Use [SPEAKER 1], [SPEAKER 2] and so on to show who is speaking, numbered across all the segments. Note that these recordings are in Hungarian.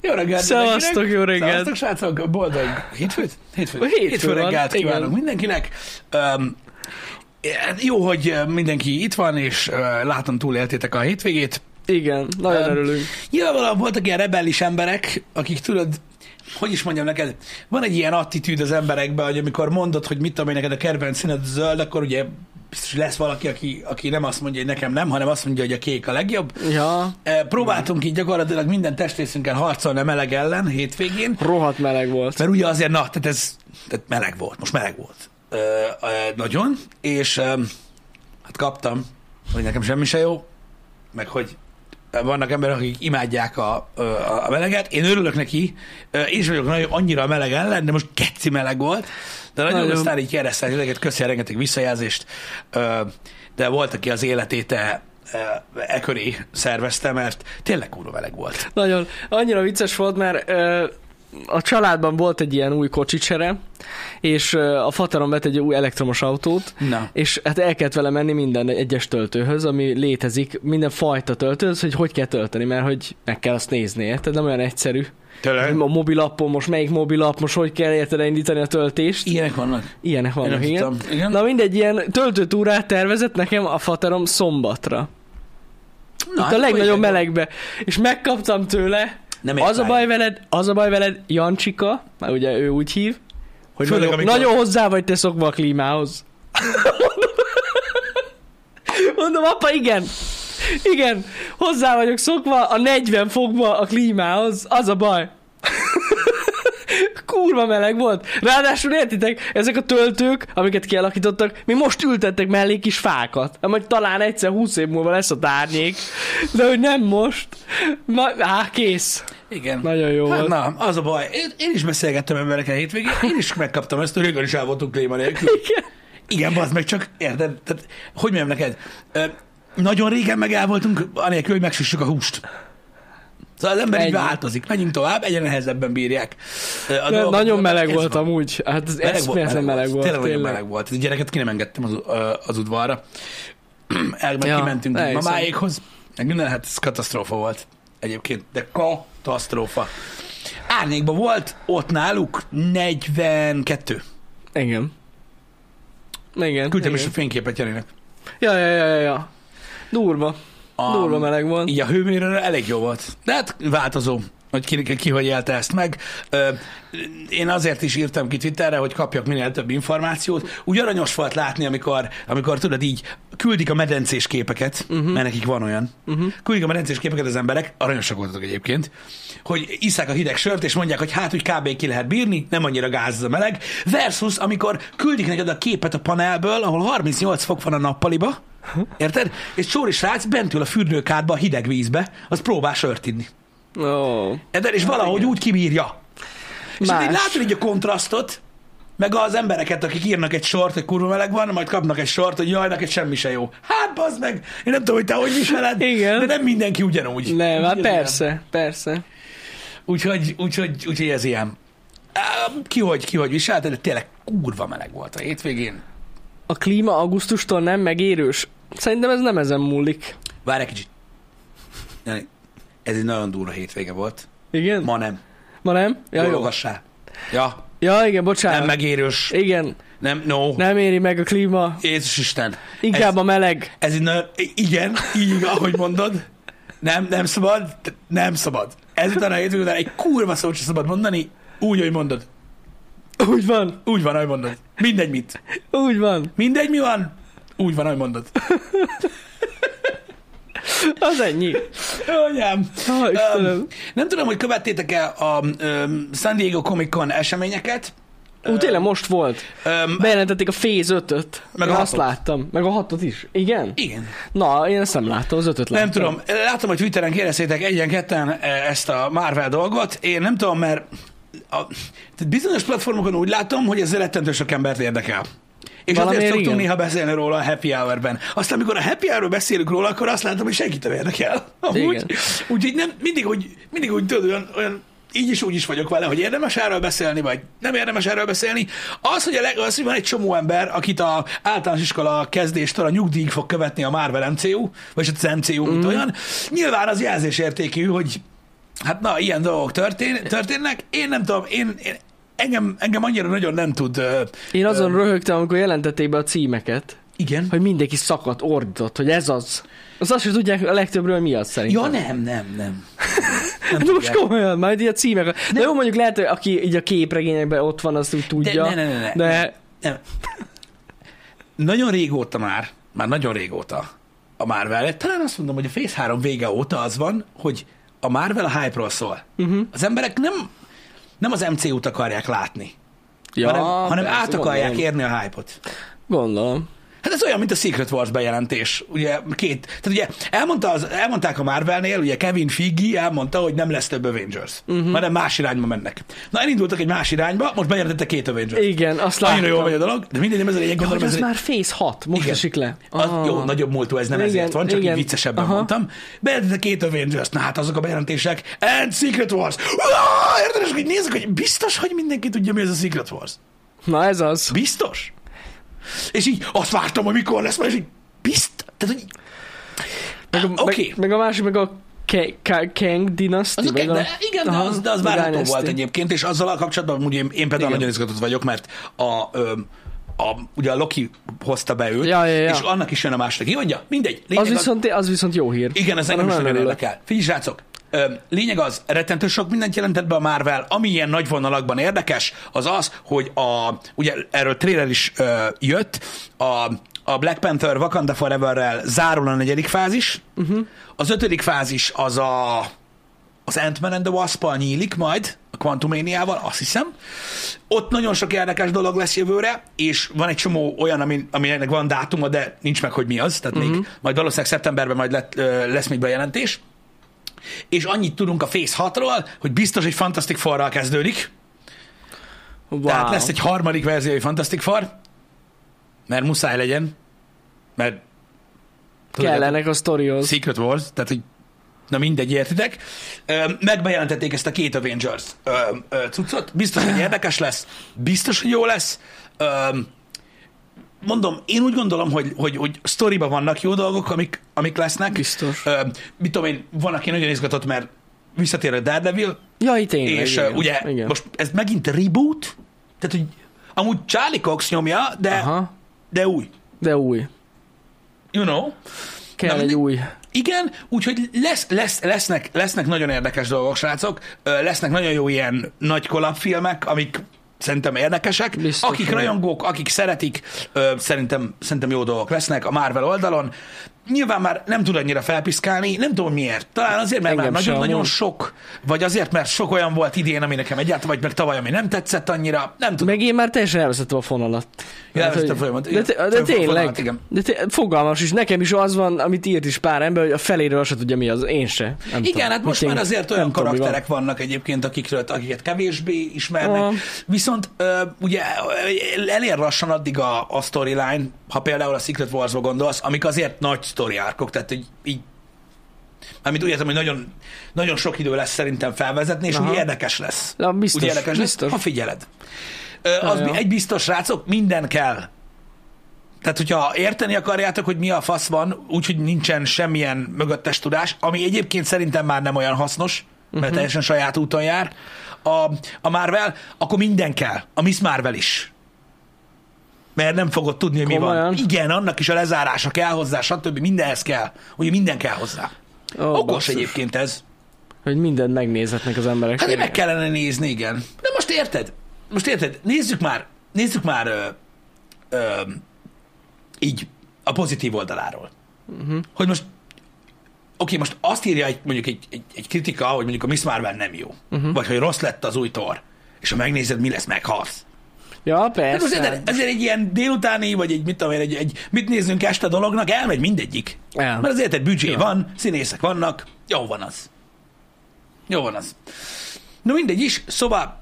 [SPEAKER 1] Jó reggelt!
[SPEAKER 2] Szevasztok, jó reggelt!
[SPEAKER 1] Szevasztok, srácok! Boldog hétfőt? Hétfőt?
[SPEAKER 2] Hétfő
[SPEAKER 1] Hétfő
[SPEAKER 2] van,
[SPEAKER 1] reggelt
[SPEAKER 2] igen.
[SPEAKER 1] kívánok mindenkinek! Um, jó, hogy ö, mindenki itt van, és uh, látom túléltétek a hétvégét.
[SPEAKER 2] Igen, nagyon
[SPEAKER 1] Öm,
[SPEAKER 2] örülünk.
[SPEAKER 1] Nyilvánvalóan voltak ilyen rebellis emberek, akik tudod, hogy is mondjam neked, van egy ilyen attitűd az emberekben, hogy amikor mondod, hogy mit tudom én, neked a kedvenc színed zöld, akkor ugye biztos hogy lesz valaki, aki, aki nem azt mondja, hogy nekem nem, hanem azt mondja, hogy a kék a legjobb.
[SPEAKER 2] Ja,
[SPEAKER 1] E, Próbáltunk így gyakorlatilag minden testrészünkkel harcolni a meleg ellen hétvégén,
[SPEAKER 2] rohadt meleg volt.
[SPEAKER 1] mert ugye azért, na, tehát ez tehát meleg volt, most meleg volt. Ö, ö, nagyon, és ö, hát kaptam, hogy nekem semmi se jó, meg hogy vannak emberek, akik imádják a, ö, a a meleget. Én örülök neki, Ö, én is vagyok nagyon, annyira a meleg ellen, de most keci meleg volt. De nagyon,
[SPEAKER 2] Nagyon.
[SPEAKER 1] aztán így keresztel ezeket, köszi a rengeteg visszajelzést. Ö, De volt, aki az életét e, e, e köré szervezte, mert tényleg kurva meleg volt.
[SPEAKER 2] Nagyon, annyira vicces volt, mert ö, a családban volt egy ilyen új kocsicsere, és ö, a faterom vett egy új elektromos autót,
[SPEAKER 1] Na.
[SPEAKER 2] és hát el kellett vele menni minden egyes töltőhöz, ami létezik, minden fajta töltőhöz, hogy hogy kell tölteni, mert hogy meg kell azt nézni, érted? Nem olyan egyszerű.
[SPEAKER 1] Tényleg?
[SPEAKER 2] A mobilappon most melyik mobilapp, most hogy kell érted elindítani a töltést?
[SPEAKER 1] Ilyenek vannak.
[SPEAKER 2] Ilyenek
[SPEAKER 1] Én
[SPEAKER 2] vannak,
[SPEAKER 1] nem
[SPEAKER 2] igen.
[SPEAKER 1] tudtam. Igen?
[SPEAKER 2] Na mindegy, ilyen töltőtúrát tervezett nekem a faterom szombatra.
[SPEAKER 1] Na,
[SPEAKER 2] Hát
[SPEAKER 1] hát
[SPEAKER 2] a legnagyobb
[SPEAKER 1] olyan-
[SPEAKER 2] melegbe. És megkaptam tőle.
[SPEAKER 1] Nem
[SPEAKER 2] Az a
[SPEAKER 1] értem.
[SPEAKER 2] baj veled, az a baj veled, Jancsika, már ugye ő úgy hív, hogy
[SPEAKER 1] Főleg,
[SPEAKER 2] nagyon,
[SPEAKER 1] amikor-
[SPEAKER 2] nagyon hozzá vagy te szokva a klímához. Mondom, apa, igen. Igen, hozzá vagyok szokva a 40 fokba a klímához, az a baj. Kurva meleg volt. Ráadásul értitek, ezek a töltők, amiket kialakítottak, mi most ültettek mellé kis fákat. Hát Majd talán egyszer 20 év múlva lesz a tárnyék, de hogy nem most. Ma, á, kész.
[SPEAKER 1] Igen.
[SPEAKER 2] Nagyon jó
[SPEAKER 1] Hát
[SPEAKER 2] volt.
[SPEAKER 1] na, az a baj. Én, én is beszélgettem emberekkel hétvégén, én is megkaptam ezt, tőlük is el voltunk klíma nélkül.
[SPEAKER 2] Igen.
[SPEAKER 1] Igen, bazd meg, csak érted? Tehát, hogy mondjam neked? Ö, nagyon régen meg el voltunk, anélkül, hogy megsüssük a húst. Szóval az ember így
[SPEAKER 2] Ennyi.
[SPEAKER 1] változik. Menjünk tovább, egyre nehezebben bírják. ö, A
[SPEAKER 2] De
[SPEAKER 1] dolgokat.
[SPEAKER 2] nagyon meleg
[SPEAKER 1] Ez
[SPEAKER 2] volt
[SPEAKER 1] van.
[SPEAKER 2] amúgy. Hát ez
[SPEAKER 1] Meleg volt,
[SPEAKER 2] eszméletlen meleg volt.
[SPEAKER 1] Tényleg, nagyon
[SPEAKER 2] tényleg.
[SPEAKER 1] meleg volt. A gyereket ki nem engedtem az, ö, az udvarra. El, meg
[SPEAKER 2] Ja,
[SPEAKER 1] ja, kimentünk
[SPEAKER 2] elhiszem.
[SPEAKER 1] mamáékhoz. Meg minden, hát ez katasztrófa volt egyébként, de katasztrófa. Árnyékban volt, ott náluk 42.
[SPEAKER 2] Igen. Igen.
[SPEAKER 1] Küldtem
[SPEAKER 2] igen.
[SPEAKER 1] is a fényképet Janinek.
[SPEAKER 2] Ja, ja, ja, ja, ja. Durva.
[SPEAKER 1] A-
[SPEAKER 2] Durva meleg volt.
[SPEAKER 1] Így a hőmérőre elég jó volt. De hát változó, hogy ki, ki hogy élte ezt meg. Ö, én azért is írtam ki Twitterre, hogy kapjak minél több információt. Úgy aranyos volt látni, amikor, amikor tudod így küldik a medencés képeket, uh-huh. mert nekik van olyan. Uh-huh. Küldik a medencés képeket az emberek, aranyosak voltak egyébként, hogy iszák a hideg sört, és mondják, hogy hát úgy kb. ki lehet bírni, nem annyira gáz ez a meleg, versus amikor küldik neked a képet a panelből, ahol 38 fok van a nappaliba, Érted? És Csóri srác bent ül a fürdőkádba a hideg vízbe, az próbál sört inni.
[SPEAKER 2] Ó.
[SPEAKER 1] Érted? És valahogy úgy kibírja. És
[SPEAKER 2] Hát Más.
[SPEAKER 1] így látod így a kontrasztot, meg az embereket, akik írnak egy sort, hogy kurva meleg van, majd kapnak egy sort, hogy jaj, neked semmi se jó. Hát bazd meg, én nem tudom, hogy te hogy viseled,
[SPEAKER 2] Igen.
[SPEAKER 1] de nem mindenki ugyanúgy.
[SPEAKER 2] Nem, hát
[SPEAKER 1] Ugyanilyen.
[SPEAKER 2] persze, persze.
[SPEAKER 1] Úgyhogy, úgyhogy, úgyhogy ez ilyen. Á, Ki hogy, ki hogy viselte, de tényleg kurva meleg volt a hétvégén.
[SPEAKER 2] A klíma augusztustól nem megérős. Szerintem ez nem ezen múlik.
[SPEAKER 1] Várj egy kicsit. Jani, Ez egy nagyon durva hétvége volt.
[SPEAKER 2] Igen? Ma,
[SPEAKER 1] Ma nem.
[SPEAKER 2] Ma nem? Ja,
[SPEAKER 1] Ja,
[SPEAKER 2] jó.
[SPEAKER 1] Olvassál. Ja,
[SPEAKER 2] Ja, igen, bocsánat.
[SPEAKER 1] nem megérős.
[SPEAKER 2] Igen,
[SPEAKER 1] Nem, no. Nem.
[SPEAKER 2] nem éri meg a klíma.
[SPEAKER 1] Jézus Isten.
[SPEAKER 2] Inkább
[SPEAKER 1] Ez,
[SPEAKER 2] a meleg.
[SPEAKER 1] ez így nagyon, igen, így, ahogy mondod. Nem, nem szabad, t- nem szabad. Ezután a hétvég után egy kurva szót sem szabad mondani, úgy, ahogy mondod.
[SPEAKER 2] Úgy van,
[SPEAKER 1] Úgy van, ahogy mondod. Mindegy mit.
[SPEAKER 2] úgy van.
[SPEAKER 1] Mindegy mi van, úgy van, ahogy mondod.
[SPEAKER 2] Az ennyi.
[SPEAKER 1] Anyám.
[SPEAKER 2] Ah, Istenem.
[SPEAKER 1] Um, nem tudom, hogy követtétek-e a um, San Diego Comic Con eseményeket.
[SPEAKER 2] Ú, tényleg most volt.
[SPEAKER 1] Um,
[SPEAKER 2] Bejelentették a Phase 5-öt.
[SPEAKER 1] Meg a
[SPEAKER 2] Én azt
[SPEAKER 1] hatot.
[SPEAKER 2] láttam. Meg a 6-ot is. Igen?
[SPEAKER 1] igen.
[SPEAKER 2] Na, én ezt nem láttam, az 5-öt láttam.
[SPEAKER 1] Nem tudom, látom, hogy Twitteren kérdeztétek egyen-ketten ezt a Marvel dolgot. Én nem tudom, mert a, tehát bizonyos platformokon úgy látom, hogy ez rettentő sok embert érdekel. És
[SPEAKER 2] Valamiért
[SPEAKER 1] azért szoktunk
[SPEAKER 2] igen. Igen.
[SPEAKER 1] Úgyhogy nem, mindig úgy, mindig úgy tudod, olyan, olyan így is úgy is vagyok vele, hogy érdemes erről beszélni, vagy nem érdemes erről beszélni. Az, hogy, a leg, az, hogy van egy csomó ember, akit a általános iskola kezdéstől a nyugdíjig fog követni a Marvel MCU, vagy az MCU, mint olyan, nyilván az jelzésértékű, hogy Hát na, ilyen dolgok történ, történnek. Én nem tudom, én, én engem, engem annyira nagyon nem tud... Ö,
[SPEAKER 2] Én azon
[SPEAKER 1] ö,
[SPEAKER 2] röhögtem, amikor jelentették be a címeket,
[SPEAKER 1] Igen.
[SPEAKER 2] hogy mindenki szakadt, ordított, hogy ez az. Az azt sem tudják a legtöbbről, hogy mi az szerintem.
[SPEAKER 1] Ja, nem, nem, nem.
[SPEAKER 2] De most
[SPEAKER 1] tudják.
[SPEAKER 2] komolyan, majd így a címek. De jó, mondjuk lehet, hogy aki így a képregényekben ott van, azt úgy
[SPEAKER 1] De,
[SPEAKER 2] tudja.
[SPEAKER 1] ne, ne, ne, ne.
[SPEAKER 2] de
[SPEAKER 1] Nem. Nagyon régóta már, már nagyon régóta a Marvel, talán azt mondom, hogy a Phase 3 vége óta az van, hogy a Marvel a hype-ról szól.
[SPEAKER 2] Mhm.
[SPEAKER 1] Uh-huh. Az emberek nem, nem az MCU-t akarják látni,
[SPEAKER 2] ja,
[SPEAKER 1] hanem, hanem
[SPEAKER 2] persze,
[SPEAKER 1] át akarják
[SPEAKER 2] gondolom.
[SPEAKER 1] érni a hype-ot.
[SPEAKER 2] Gondolom.
[SPEAKER 1] Hát ez olyan, mint a Secret Wars bejelentés. Ugye két, tehát ugye elmondta az, elmondták a Marvelnél, ugye Kevin Feige elmondta, hogy nem lesz több Avengers, uh-huh.
[SPEAKER 2] Mhm.
[SPEAKER 1] hanem más irányba mennek. Na elindultak egy más irányba, most bejelentette két Avengers.
[SPEAKER 2] Igen, azt
[SPEAKER 1] Annyira
[SPEAKER 2] láttam.
[SPEAKER 1] jól megy a dolog, de mindegy, nem ez a lényeg,
[SPEAKER 2] Ja,
[SPEAKER 1] gondolom,
[SPEAKER 2] hogy
[SPEAKER 1] ez
[SPEAKER 2] az
[SPEAKER 1] egy-
[SPEAKER 2] már Phase 6, most
[SPEAKER 1] Igen.
[SPEAKER 2] esik le.
[SPEAKER 1] az,
[SPEAKER 2] Ah.
[SPEAKER 1] jó, nagyobb múltú ez nem
[SPEAKER 2] Igen,
[SPEAKER 1] ezért van, csak
[SPEAKER 2] igen.
[SPEAKER 1] így viccesebben
[SPEAKER 2] Aha.
[SPEAKER 1] mondtam. Bejelentettek két Avengers, na hát azok a bejelentések, and Secret Wars. Uá, Érted, és hogy nézzük, hogy biztos, hogy mindenki tudja, mi ez a Secret Wars.
[SPEAKER 2] Na ez az.
[SPEAKER 1] Biztos? És így azt vártam, hogy mikor lesz, majd, és így bizt, tehát, hogy
[SPEAKER 2] Meg a,
[SPEAKER 1] Oké.
[SPEAKER 2] meg, meg a másik, meg a Ke- Ka- Kang dinaszti.
[SPEAKER 1] Az
[SPEAKER 2] meg
[SPEAKER 1] okay,
[SPEAKER 2] a...
[SPEAKER 1] de, igen, de
[SPEAKER 2] Aha,
[SPEAKER 1] az, de az
[SPEAKER 2] meg
[SPEAKER 1] várható
[SPEAKER 2] Dynasty.
[SPEAKER 1] volt egyébként, és azzal a kapcsolatban amúgy én, én például
[SPEAKER 2] Igen.
[SPEAKER 1] nagyon izgatott vagyok, mert a, ö, a, ugye a Loki hozta be őt,
[SPEAKER 2] Ja, ja, ja.
[SPEAKER 1] és annak is jön a második évadja, mindegy.
[SPEAKER 2] Az
[SPEAKER 1] Lényeg az,
[SPEAKER 2] viszont, az viszont jó hír.
[SPEAKER 1] igen, ez engem
[SPEAKER 2] Annak
[SPEAKER 1] is nagyon
[SPEAKER 2] örülök.
[SPEAKER 1] érdekel. Figyelj, srácok, ö, lényeg az, rettentő sok mindent jelentett be a Marvel, ami ilyen nagy vonalakban érdekes, az az, hogy a, ugye erről trailer is ö, jött, a, a Black Panther Wakanda Forever-rel zárul a negyedik fázis, uh-huh. az ötödik fázis az a az Ant-Man and the wasp nyílik majd, a Quantuméniával, azt hiszem. Ott nagyon sok érdekes dolog lesz jövőre, és van egy csomó olyan, ami, aminek van dátuma, de nincs meg, hogy mi az, tehát uh-huh. még majd valószínűleg szeptemberben majd lett, ö, lesz még bejelentés. És annyit tudunk a Phase 6-ról, hogy biztos egy Fantastic Forral kezdődik,
[SPEAKER 2] Wow.
[SPEAKER 1] tehát lesz egy harmadik verziói Fantastic Four, mert muszáj legyen, mert
[SPEAKER 2] Kellenek a sztorihoz.
[SPEAKER 1] Secret Wars, tehát hogy na mindegy, értitek. Ö, Megbejelentették ezt a két Avengers ö, ö, cuccot, biztos, hogy érdekes lesz, biztos, hogy jó lesz. Ö, Mondom, én úgy gondolom, hogy, hogy, hogy sztoriba vannak jó dolgok, amik, amik lesznek.
[SPEAKER 2] Biztos.
[SPEAKER 1] Ö, mit tudom én, van, aki nagyon izgatott, mert visszatér a Daredevil,
[SPEAKER 2] Ja, itt tényleg.
[SPEAKER 1] és
[SPEAKER 2] igen.
[SPEAKER 1] igen, ugye
[SPEAKER 2] igen.
[SPEAKER 1] igen. most ez megint reboot, tehát hogy amúgy Charlie Cox nyomja, de, Aha.
[SPEAKER 2] Aha,
[SPEAKER 1] de új.
[SPEAKER 2] de új.
[SPEAKER 1] You know?
[SPEAKER 2] Kell
[SPEAKER 1] Na,
[SPEAKER 2] egy
[SPEAKER 1] mindegy.
[SPEAKER 2] új.
[SPEAKER 1] Igen, úgyhogy lesz, lesz, lesznek, lesznek nagyon érdekes dolgok, srácok. Ö, Lesznek nagyon jó ilyen nagy kolapfilmek, amik szerintem érdekesek.
[SPEAKER 2] Biztos,
[SPEAKER 1] akik
[SPEAKER 2] hogy.
[SPEAKER 1] rajongók, akik szeretik, ö, szerintem, szerintem jó dolgok lesznek a Marvel oldalon. Nyilván már nem tud annyira felpiszkálni, nem tudom miért. Talán azért, mert
[SPEAKER 2] Engem
[SPEAKER 1] már
[SPEAKER 2] sem,
[SPEAKER 1] nagyon-nagyon
[SPEAKER 2] amúgy.
[SPEAKER 1] sok, vagy azért, mert sok olyan volt idén, ami nekem egyáltalán, vagy meg tavaly, ami nem tetszett annyira. Nem tudom.
[SPEAKER 2] Meg én már teljesen elveszettem a fonalat.
[SPEAKER 1] Ja,
[SPEAKER 2] Hát,
[SPEAKER 1] elvesztettem
[SPEAKER 2] hogy-
[SPEAKER 1] folyamat.
[SPEAKER 2] De,
[SPEAKER 1] Igen,
[SPEAKER 2] te, de
[SPEAKER 1] fonalat,
[SPEAKER 2] tényleg,
[SPEAKER 1] igen.
[SPEAKER 2] de te, fogalmas is. Nekem is az van, amit írt is pár ember, hogy a feléről azt se tudja mi az, én se. Nem tudom.
[SPEAKER 1] Igen, hát most
[SPEAKER 2] Mit
[SPEAKER 1] már
[SPEAKER 2] én-
[SPEAKER 1] azért olyan
[SPEAKER 2] nem tudom, mi van.
[SPEAKER 1] karakterek vannak egyébként, akikről, akiket kevésbé ismernek.
[SPEAKER 2] Aha.
[SPEAKER 1] Viszont ö, ugye ö, elér lassan addig a, a storyline, ha például a Secret wars gondolsz, amik azért nagy story árkok, tehát hogy így Mármint úgy értem, hogy nagyon, nagyon sok idő lesz szerintem felvezetni, és
[SPEAKER 2] Aha.
[SPEAKER 1] úgy érdekes lesz.
[SPEAKER 2] Na, biztos,
[SPEAKER 1] úgy érdekes
[SPEAKER 2] biztos.
[SPEAKER 1] lesz, ha figyeled. Ö, az
[SPEAKER 2] Ja, ja.
[SPEAKER 1] egy biztos, srácok, minden kell tehát, hogyha érteni akarjátok, hogy mi a fasz van, úgyhogy nincsen semmilyen mögöttes tudás, ami egyébként szerintem már nem olyan hasznos, mert
[SPEAKER 2] Mhm.
[SPEAKER 1] uh-huh. teljesen saját úton jár a, a Marvel, akkor minden kell. A Miss Marvel is. Mert nem fogod tudni, hogy mi van.
[SPEAKER 2] Komolyan?
[SPEAKER 1] Igen, annak is a lezárása kell hozzá, stb. Mindenhez kell. Ugye minden kell hozzá.
[SPEAKER 2] Ó,
[SPEAKER 1] Okos
[SPEAKER 2] basszus.
[SPEAKER 1] egyébként ez.
[SPEAKER 2] Hogy mindent megnézhetnek az emberek.
[SPEAKER 1] Hát meg kellene nézni, igen. De most érted? Most érted? Nézzük már, nézzük már ö, ö, így a pozitív oldaláról. Uh-huh. Hogy most, oké, most azt írja egy, mondjuk egy, egy, egy kritika, hogy mondjuk a Miss Marvel nem jó, uh-huh. vagy hogy rossz lett az új tor, és ha megnézed, mi lesz, meghalsz.
[SPEAKER 2] Ja,
[SPEAKER 1] Hát most
[SPEAKER 2] persze.
[SPEAKER 1] érted, ezért egy ilyen délutáni, vagy egy mit tudom én, egy, egy mit nézzünk este dolognak, elmegy mindegyik.
[SPEAKER 2] El.
[SPEAKER 1] Mert azért egy büdzsé van, színészek vannak, jó van az. Jó van az. Na mindegy is, szóval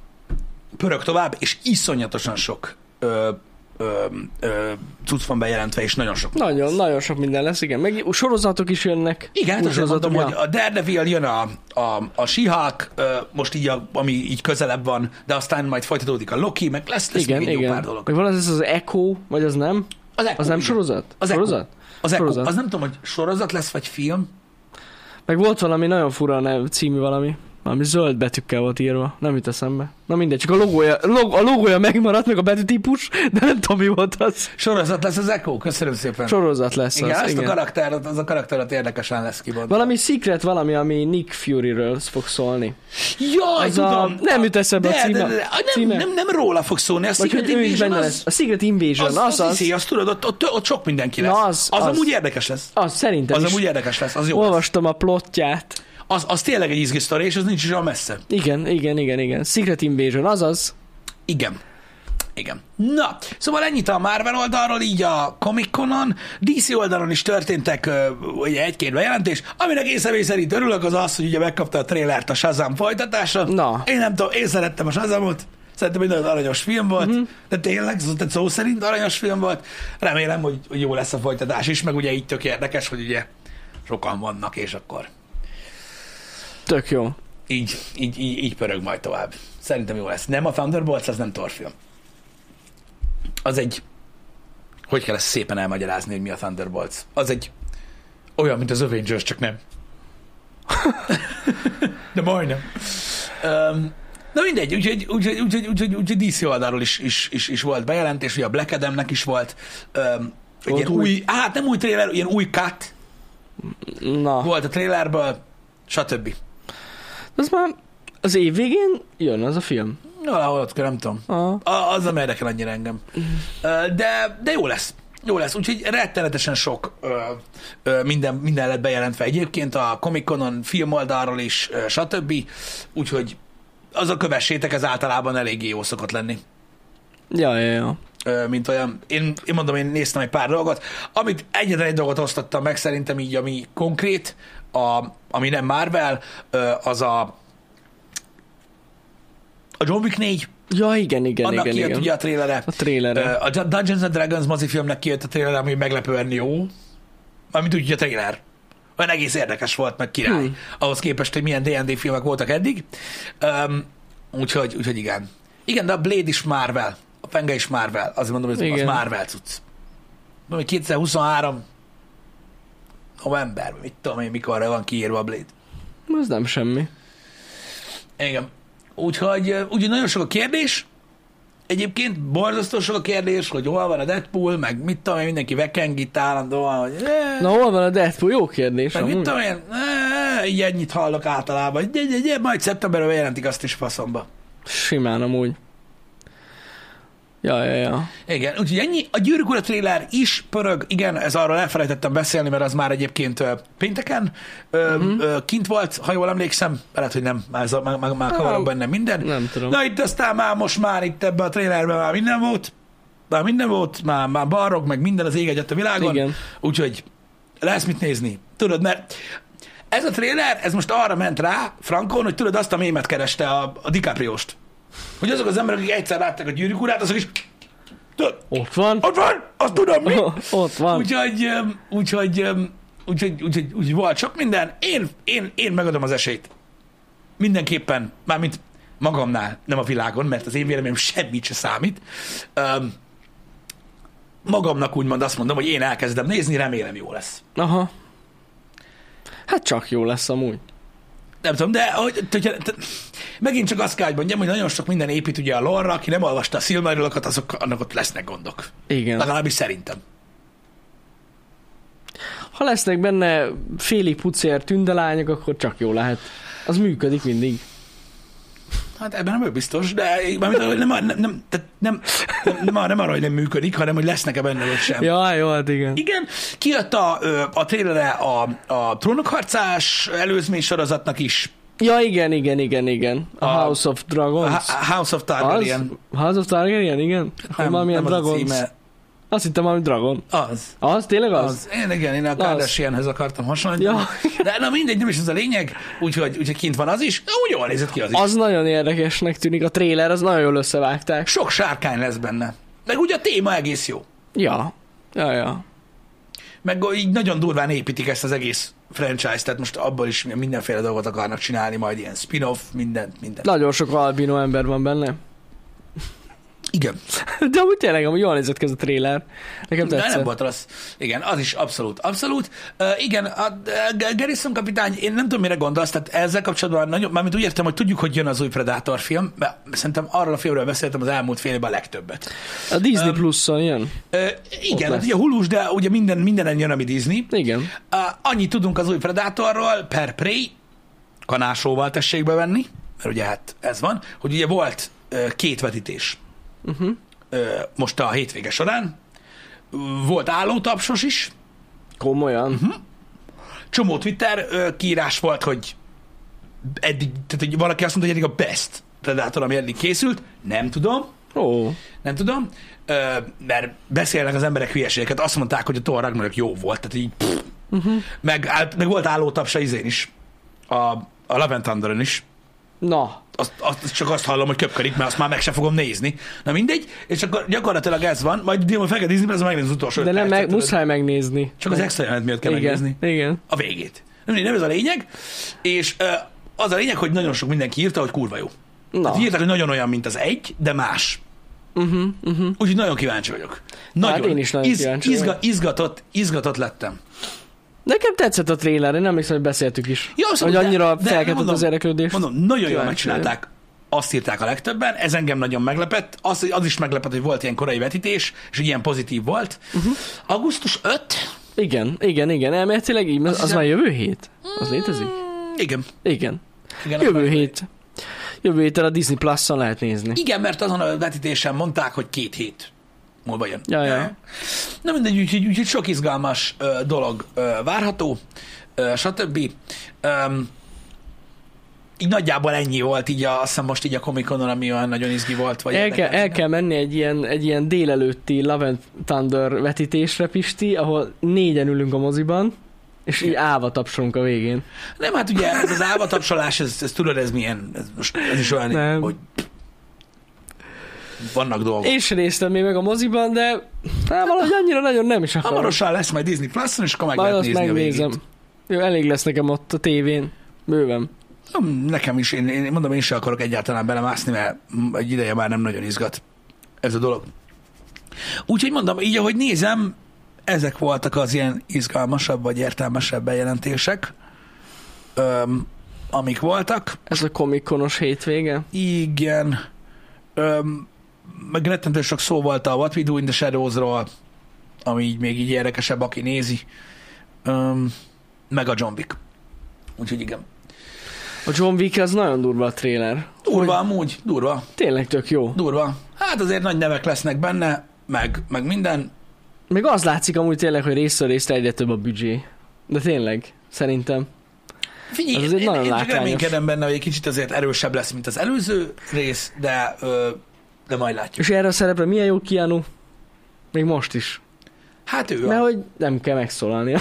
[SPEAKER 1] pörög tovább, és iszonyatosan sok ö, ö, ö, cucc van bejelentve, és nagyon sok.
[SPEAKER 2] Nagyon, nagyon sok minden lesz, igen. Meg sorozatok is jönnek.
[SPEAKER 1] Igen, hát
[SPEAKER 2] Új
[SPEAKER 1] azért mondom,
[SPEAKER 2] ja.
[SPEAKER 1] hogy a Daredevil jön a, a, a Sihák, most így, a, ami így közelebb van, de aztán majd folytatódik a Loki, meg lesz, lesz
[SPEAKER 2] igen,
[SPEAKER 1] még egy jó
[SPEAKER 2] igen.
[SPEAKER 1] pár dolog.
[SPEAKER 2] Vagy van az, ez az Echo, vagy az nem?
[SPEAKER 1] Az, Echo,
[SPEAKER 2] Az nem
[SPEAKER 1] igen.
[SPEAKER 2] sorozat?
[SPEAKER 1] Az Echo.
[SPEAKER 2] sorozat?
[SPEAKER 1] Az, Echo,
[SPEAKER 2] Sorozat.
[SPEAKER 1] az nem tudom, hogy sorozat lesz, vagy film.
[SPEAKER 2] Meg volt valami nagyon fura nev, című valami. Valami zöld betűkkel volt írva, nem jut eszembe. Na mindegy, csak a logója, log, a logója megmaradt, meg a betűtípus, de nem tudom, mi volt az.
[SPEAKER 1] Sorozat lesz az Echo, köszönöm szépen.
[SPEAKER 2] Sorozat lesz
[SPEAKER 1] igen,
[SPEAKER 2] az.
[SPEAKER 1] azt a karakteret, az a karakteret érdekesen lesz kibontva.
[SPEAKER 2] Valami secret, valami, ami Nick Fury-ről fog szólni.
[SPEAKER 1] Jaj,
[SPEAKER 2] az a-
[SPEAKER 1] tudom!
[SPEAKER 2] nem jut eszembe a
[SPEAKER 1] de,
[SPEAKER 2] címe-
[SPEAKER 1] de, de, de,
[SPEAKER 2] címe.
[SPEAKER 1] nem, nem, nem róla fog szólni, a
[SPEAKER 2] Vagy
[SPEAKER 1] Secret
[SPEAKER 2] hogy ő is
[SPEAKER 1] Invasion
[SPEAKER 2] benne
[SPEAKER 1] az,
[SPEAKER 2] lesz. A Secret Invasion,
[SPEAKER 1] az, az, az, hiszi,
[SPEAKER 2] az,
[SPEAKER 1] azt tudod, ott, ott, ott sok mindenki lesz.
[SPEAKER 2] Na, az-
[SPEAKER 1] az,
[SPEAKER 2] az.
[SPEAKER 1] amúgy érdekes lesz.
[SPEAKER 2] az szerintem
[SPEAKER 1] Az
[SPEAKER 2] is.
[SPEAKER 1] amúgy érdekes lesz, az jó. Lesz.
[SPEAKER 2] Olvastam a plotját.
[SPEAKER 1] Az, az tényleg egy izgi sztori, és az nincs is olyan messze.
[SPEAKER 2] Igen, igen, igen, igen. Secret Invasion, azaz.
[SPEAKER 1] Igen. Igen. Na, szóval ennyit a Marvel oldalról, így a Comic Conon. DC oldalon is történtek ö, ugye egy-két bejelentés. Aminek én személy szerint örülök, az az, hogy ugye megkapta a trélert a Shazam folytatásra.
[SPEAKER 2] Na.
[SPEAKER 1] Én nem tudom, én szerettem a Shazamot. Szerintem egy nagyon aranyos film volt, uh-huh. de tényleg, szó- tehát szó szerint aranyos film volt. Remélem, hogy, hogy jó lesz a folytatás is, meg ugye így tök érdekes, hogy ugye sokan vannak, és akkor
[SPEAKER 2] Tök jó.
[SPEAKER 1] így, így, így, így pörög majd tovább. Szerintem jó lesz. Nem a Thunderbolts, az nem torfilm. Az egy... Hogy kell ezt szépen elmagyarázni, hogy mi a Thunderbolts? Az egy olyan, mint az Avengers, csak nem. De majdnem. Um, na mindegy, úgyhogy, úgyhogy, úgyhogy, úgyhogy, úgyhogy DC oldalról is, is, is, is volt bejelentés, ugye a Black Adamnek is volt um, egy
[SPEAKER 2] Volt
[SPEAKER 1] ilyen
[SPEAKER 2] új?
[SPEAKER 1] új, hát nem új trailer, ilyen új cut
[SPEAKER 2] Na,
[SPEAKER 1] volt a trailerből, stb.
[SPEAKER 2] az már az év végén jön az a film.
[SPEAKER 1] Valahol ott kell, nem tudom.
[SPEAKER 2] Ah.
[SPEAKER 1] A- Az nem érdekel annyira engem. Ö, De, de jó lesz. Jó lesz, úgyhogy rettenetesen sok ö, ö, minden, minden lett bejelentve egyébként a Comic Conon film oldalról is, ö, stb. Úgyhogy az a kövessétek, ez általában eléggé jó szokott lenni,
[SPEAKER 2] Ja, ja, ja.
[SPEAKER 1] ö, mint olyan. Én, én mondom, én néztem egy pár dolgot, amit egyetlen egy dolgot osztottam meg szerintem így, ami konkrét, a, ami nem Marvel, ö, az a a John Wick 4,
[SPEAKER 2] Ja, igen, igen,
[SPEAKER 1] annak
[SPEAKER 2] igen,
[SPEAKER 1] kijött
[SPEAKER 2] igen.
[SPEAKER 1] ugye a trélere.
[SPEAKER 2] A trélere.
[SPEAKER 1] Ö, A Dungeons and Dragons mozifilmnek kijött a trailer, ami meglepően jó. Amit úgy, hogy a trailer. Olyan egész érdekes volt, meg király.
[SPEAKER 2] Hmm.
[SPEAKER 1] Ahhoz képest, hogy milyen D&D filmek voltak eddig. Um, úgyhogy, úgyhogy igen. Igen, de a Blade is Marvel. A Penge is Marvel. Azért mondom, hogy az
[SPEAKER 2] Igen.
[SPEAKER 1] Marvel cucc. Mondom, hogy 2023 november, mit tudom én, mikorra van kiírva a Blade.
[SPEAKER 2] Az nem semmi.
[SPEAKER 1] Igen. Úgyhogy, ö, úgyhogy nagyon sok a kérdés. Egyébként borzasztó sok a kérdés, hogy hol van a Deadpool, meg mit tudom én, mindenki vekeng itt állandóan, hogy eh,
[SPEAKER 2] Na, hol van a Deadpool? Jó kérdés.
[SPEAKER 1] meg mit
[SPEAKER 2] amúgy.
[SPEAKER 1] tudom én, eh, így ennyit hallok általában. hogy Gy- gy- gy- majd szeptemberben bejelentik azt is faszomba.
[SPEAKER 2] Simán amúgy. Ja, ja, ja.
[SPEAKER 1] Igen, úgyhogy ennyi. A Gyűrűk Ura trailer is pörög. Igen, ez arról elfelejtettem beszélni, mert az már egyébként ö, pénteken ö,
[SPEAKER 2] Mhm.
[SPEAKER 1] ö, kint volt, ha jól emlékszem. Lehet, hogy nem, már, ez a- már, már, már kavarok benne minden.
[SPEAKER 2] Nem tudom.
[SPEAKER 1] Na itt aztán már most már itt ebbe a trailerben már minden volt, már minden volt, már, már barog, meg minden az ég egyet a világon,
[SPEAKER 2] Igen.
[SPEAKER 1] úgyhogy lesz mit nézni. Tudod, mert ez a trailer, ez most arra ment rá Frankon, hogy tudod, azt a mémet kereste a, a dicaprio Hogy azok az emberek, akik egyszer látták a gyűrűk urát, azok is tudod,
[SPEAKER 2] Ott van.
[SPEAKER 1] ott van, azt tudom mi.
[SPEAKER 2] Ott van.
[SPEAKER 1] Úgyhogy, öm, úgyhogy, öm, úgyhogy, úgyhogy, úgyhogy volt sok minden. Én, én, én megadom az esélyt. Mindenképpen, mármint magamnál, nem a világon, mert az én véleményem semmit se számít. Öm, magamnak úgymond azt mondom, hogy én elkezdem nézni, remélem jó lesz.
[SPEAKER 2] Aha. Hát csak jó lesz amúgy.
[SPEAKER 1] Nem tudom, de hogy, hogy, hogy, megint csak azt kell, hogy mondjam, hogy nagyon sok minden épít ugye a lorra, aki nem olvasta a Silmarilokat, azok, annak ott lesznek gondok.
[SPEAKER 2] Igen.
[SPEAKER 1] Legalábbis szerintem.
[SPEAKER 2] Ha lesznek benne félig pucér tündelányok, akkor csak jó lehet. Az működik mindig.
[SPEAKER 1] Hát ebben nem vagyok biztos, de mármint, hogy nem, nem, nem, tehát nem, nem, nem, arra- nem arra, hogy nem működik, hanem hogy lesznek-e benne vagy sem.
[SPEAKER 2] Ja, jó, hát igen.
[SPEAKER 1] Igen, kijött a, ö, a trélere a, a trónokharcás előzmény sorozatnak is,
[SPEAKER 2] Ja, igen, igen, igen, igen. A,
[SPEAKER 1] A-
[SPEAKER 2] House of
[SPEAKER 1] a
[SPEAKER 2] Dragons.
[SPEAKER 1] H- House of
[SPEAKER 2] az?
[SPEAKER 1] Targaryen.
[SPEAKER 2] House of Targaryen, igen? Nem, valamilyen
[SPEAKER 1] az a
[SPEAKER 2] Dragons.
[SPEAKER 1] címe.
[SPEAKER 2] Azt hittem, valami Dragon.
[SPEAKER 1] Az.
[SPEAKER 2] Az, tényleg az?
[SPEAKER 1] Az. Én igen, én a Kardashianhez akartam hasonlítani.
[SPEAKER 2] Ja.
[SPEAKER 1] De na mindegy, nem is ez a lényeg, úgyhogy, úgyhogy kint van az is. Úgy jól nézett ki az is.
[SPEAKER 2] Az nagyon érdekesnek tűnik, a trailer, az nagyon jól összevágták.
[SPEAKER 1] Sok sárkány lesz benne. Meg ugye a téma egész jó.
[SPEAKER 2] Ja, ja, ja.
[SPEAKER 1] Meg így nagyon durván építik ezt az egész franchise, tehát most abból is mindenféle dolgot akarnak csinálni, majd ilyen spin-off, mindent, mindent.
[SPEAKER 2] Nagyon sok albino ember van benne.
[SPEAKER 1] Igen.
[SPEAKER 2] De amúgy tényleg, amúgy jól nézett ki ez a tréler. Nekem
[SPEAKER 1] De nem
[SPEAKER 2] tetszett.
[SPEAKER 1] volt rossz. Igen, az is abszolút, abszolút. Uh, igen, a G- Garrison kapitány, én nem tudom, mire gondolsz, tehát ezzel kapcsolatban nagyon, mármint úgy értem, hogy tudjuk, hogy jön az új Predator film, mert szerintem arról a filmről beszéltem az elmúlt fél évben a legtöbbet.
[SPEAKER 2] A Disney Plus-on jön.
[SPEAKER 1] Ö,
[SPEAKER 2] Ott
[SPEAKER 1] igen,
[SPEAKER 2] lesz.
[SPEAKER 1] hát ugye Hulus, de ugye minden, mindenen jön, ami Disney.
[SPEAKER 2] Igen.
[SPEAKER 1] Ö, annyit tudunk az új Predatorról per Prey, kanásóval tessék bevenni, mert ugye hát ez van, hogy ugye volt ö, két vetítés uh-huh. ö, most a hétvége során, volt állótapsos is,
[SPEAKER 2] Komolyan.
[SPEAKER 1] Mhm.
[SPEAKER 2] Uh-huh.
[SPEAKER 1] csomó Twitter ö, kiírás volt, hogy eddig, tehát hogy valaki azt mondta, hogy eddig a best Predator, ami eddig készült, nem tudom,
[SPEAKER 2] Ó,
[SPEAKER 1] nem tudom, ö, mert beszélnek az emberek hülyeségeket, azt mondták, hogy a Thor Ragnarök jó volt, tehát így pff. Uh-huh. Meg, állt- meg volt állótapsa izén is, a, a Love and Thunderon is.
[SPEAKER 2] na.
[SPEAKER 1] Azt, azt, csak azt hallom, hogy köpködik, mert azt már meg sem fogom nézni. Na mindegy, és akkor gyakorlatilag ez van, majd Dilma fel kell nézni, mert az meg az utolsó.
[SPEAKER 2] De
[SPEAKER 1] öt
[SPEAKER 2] nem,
[SPEAKER 1] percet,
[SPEAKER 2] meg,
[SPEAKER 1] tudod.
[SPEAKER 2] muszáj megnézni.
[SPEAKER 1] Csak az extra jelent miatt kell
[SPEAKER 2] Igen,
[SPEAKER 1] megnézni
[SPEAKER 2] igen.
[SPEAKER 1] a végét. Nem, nem ez a lényeg, és ö, az a lényeg, hogy nagyon sok mindenki írta, hogy kurva jó.
[SPEAKER 2] Na. Mhm,
[SPEAKER 1] Tehát írták, hogy nagyon olyan, mint az egy, de más. Uh-huh, uh-huh. Úgyhogy nagyon kíváncsi vagyok. Nagyon.
[SPEAKER 2] Hát én is nagyon kíváncsi
[SPEAKER 1] izga,
[SPEAKER 2] vagyok.
[SPEAKER 1] izgatott, izgatott lettem.
[SPEAKER 2] Nekem tetszett a tréler, én nem hiszem, hogy beszéltük is.
[SPEAKER 1] Jó,
[SPEAKER 2] hogy
[SPEAKER 1] abszolút, de-
[SPEAKER 2] annyira
[SPEAKER 1] de
[SPEAKER 2] felkeltett
[SPEAKER 1] mondom-
[SPEAKER 2] az érdeklődést.
[SPEAKER 1] Mondom, nagyon jól
[SPEAKER 2] Kíváncsi
[SPEAKER 1] megcsinálták. Azt írták a legtöbben, ez engem nagyon meglepett. Az, az is meglepett, hogy volt ilyen korai vetítés, és így ilyen pozitív volt.
[SPEAKER 2] Mhm.
[SPEAKER 1] Uh-huh. Augusztus 5?
[SPEAKER 2] Igen, igen, igen. Elméletileg így, az, az
[SPEAKER 1] hiszem-
[SPEAKER 2] már jövő hét? Az létezik?
[SPEAKER 1] Igen.
[SPEAKER 2] Igen.
[SPEAKER 1] Igen, az
[SPEAKER 2] Jövő hét. Jövő héten a Disney Plus-on lehet nézni.
[SPEAKER 1] Igen, mert azon a vetítésen mondták, hogy két hét múlva jön.
[SPEAKER 2] Ja, ja.
[SPEAKER 1] Na mindegy, úgyhogy, úgyhogy sok izgalmas ö, dolog ö, várható, ö, stb. Öm, így nagyjából ennyi volt, így a, azt hiszem most így a komikonon, ami olyan nagyon izgi volt. Vagy
[SPEAKER 2] El kell,
[SPEAKER 1] érdekelt.
[SPEAKER 2] el kell menni egy ilyen, egy ilyen délelőtti Love and Thunder vetítésre, Pisti, ahol négyen ülünk a moziban, és így állva tapsolunk a végén.
[SPEAKER 1] Nem, hát ugye ez az álvatapsolás, ez, ez tudod, ez milyen, ez, most, ez is olyan,
[SPEAKER 2] Nem.
[SPEAKER 1] hogy vannak dolgok.
[SPEAKER 2] Én sem néztem még meg a moziban, de hát valahogy annyira nagyon nem is akarom.
[SPEAKER 1] Hamarosan lesz majd Disney Plus-on, és akkor Hát meg
[SPEAKER 2] Majd
[SPEAKER 1] lehet
[SPEAKER 2] azt
[SPEAKER 1] nézni a végét.
[SPEAKER 2] megnézem. Jó, elég lesz nekem ott a tévén. Bőven.
[SPEAKER 1] Nem, Nekem is, én, én mondom, én sem akarok egyáltalán belemászni, mert m- egy ideje már nem nagyon izgat ez a dolog. Úgyhogy mondom, így ahogy nézem, ezek voltak az ilyen izgalmasabb vagy értelmesebb bejelentések, öm, amik voltak.
[SPEAKER 2] Ez a komikonos hétvége.
[SPEAKER 1] Igen, öm, meg rettentő sok szó volt a What We Do in the Shadows-ról, ami így még így érdekesebb, aki nézi, öm, meg a John Wick. Úgyhogy igen.
[SPEAKER 2] A John Wick az nagyon durva a tréler.
[SPEAKER 1] Durva amúgy, durva.
[SPEAKER 2] Tényleg tök jó.
[SPEAKER 1] Durva. Hát azért nagy nevek lesznek benne, meg, meg minden.
[SPEAKER 2] Még az látszik amúgy tényleg, hogy részről részre egyre több a büdzsé. De tényleg, szerintem.
[SPEAKER 1] Figyelj,
[SPEAKER 2] Ez
[SPEAKER 1] én,
[SPEAKER 2] azért
[SPEAKER 1] én,
[SPEAKER 2] nagyon
[SPEAKER 1] én csak
[SPEAKER 2] látványos.
[SPEAKER 1] reménykedem benne, hogy egy kicsit azért erősebb lesz, mint az előző rész, de, ö, de majd látjuk.
[SPEAKER 2] És erre a szerepre milyen jó Keanu? Még most is.
[SPEAKER 1] Hát ő
[SPEAKER 2] Mert
[SPEAKER 1] a...
[SPEAKER 2] hogy nem kell megszólalnia.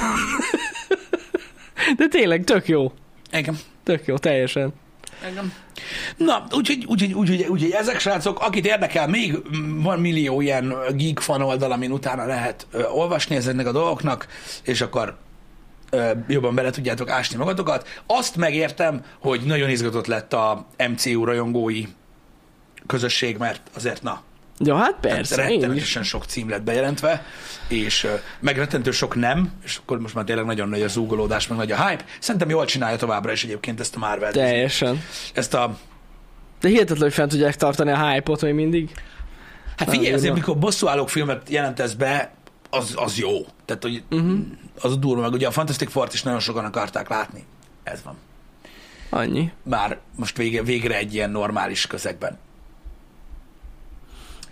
[SPEAKER 2] De tényleg, tök jó.
[SPEAKER 1] Engem.
[SPEAKER 2] Tök jó, teljesen.
[SPEAKER 1] Engem. Na, úgyhogy, úgyhogy, úgyhogy, úgyhogy ezek srácok, akit érdekel, még mm, van millió ilyen ö, geek fan oldal, amin utána lehet ö, olvasni ezeknek a dolgoknak, és akkor ö, jobban bele tudjátok ásni magatokat. Azt megértem, hogy nagyon izgatott lett a MCU rajongói közösség, mert azért na,
[SPEAKER 2] Ja, hát persze, én is.
[SPEAKER 1] rettenetesen sok cím lett bejelentve, és ö, meg rettentő sok nem, és akkor most már tényleg nagyon nagy a zúgolódás, meg nagy a hype. Szerintem jól csinálja továbbra is egyébként ezt a Marvel,
[SPEAKER 2] Teljesen.
[SPEAKER 1] ezt a
[SPEAKER 2] De hihetetlen, hogy fent tudják tartani a hype-ot még mindig.
[SPEAKER 1] Hát figyelj,
[SPEAKER 2] Az
[SPEAKER 1] azért,
[SPEAKER 2] durva.
[SPEAKER 1] mikor bosszúállók filmet jelentesz be, az, az jó. Tehát, hogy uh-huh. az durva, meg ugye a Fantastic four is nagyon sokan akarták látni. Ez van.
[SPEAKER 2] Annyi.
[SPEAKER 1] Már most vége, végre egy ilyen normális közegben.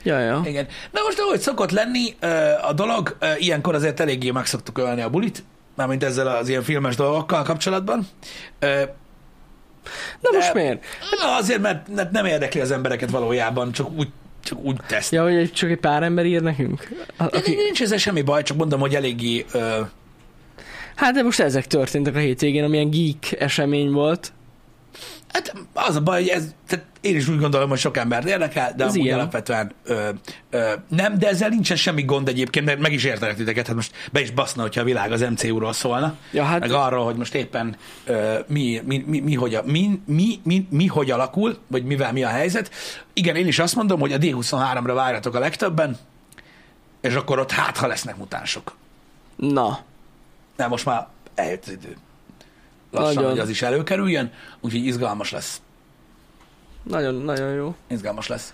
[SPEAKER 2] Ja, ja.
[SPEAKER 1] Igen. Na most, ahogy szokott lenni ö, a dolog, ö, ilyenkor azért eléggé meg szoktuk ölni a bulit, mármint ezzel az ilyen filmes dolgokkal kapcsolatban. Ö,
[SPEAKER 2] Na most
[SPEAKER 1] De-
[SPEAKER 2] miért?
[SPEAKER 1] na, azért, mert mert nem érdekli az embereket valójában, csak úgy, csak úgy tesz.
[SPEAKER 2] Ja, hogy egy- csak egy pár ember ír nekünk? A-
[SPEAKER 1] De
[SPEAKER 2] Aki...
[SPEAKER 1] Nincs ezzel semmi baj, csak mondom, hogy eléggé ö,
[SPEAKER 2] Hát de most ezek történtek a hétvégén, amilyen geek esemény volt.
[SPEAKER 1] Hát az a baj, hogy ez, tehát én is úgy gondolom, hogy sok embert érdekel, de
[SPEAKER 2] Ez
[SPEAKER 1] amúgy
[SPEAKER 2] ilyen.
[SPEAKER 1] alapvetően ö, ö, nem, de ezzel nincsen semmi gond egyébként, mert meg is értelek titeket, hát most be is baszna, hogyha a világ az MCU-ról szólna,
[SPEAKER 2] Ja, hát-
[SPEAKER 1] meg arról, hogy most éppen ö, mi, mi, mi, mi, hogy a, mi, mi, mi, mi, hogy alakul, vagy mivel mi a helyzet. Igen, én is azt mondom, hogy a D23-ra várjatok a legtöbben, és akkor ott hát, ha lesznek mutánsok.
[SPEAKER 2] Na,
[SPEAKER 1] Na, most már eljött az idő. Lassan,
[SPEAKER 2] Nagyon.
[SPEAKER 1] hogy az is előkerüljön, úgyhogy izgalmas lesz.
[SPEAKER 2] nagyon, nagyon jó.
[SPEAKER 1] Izgalmas lesz.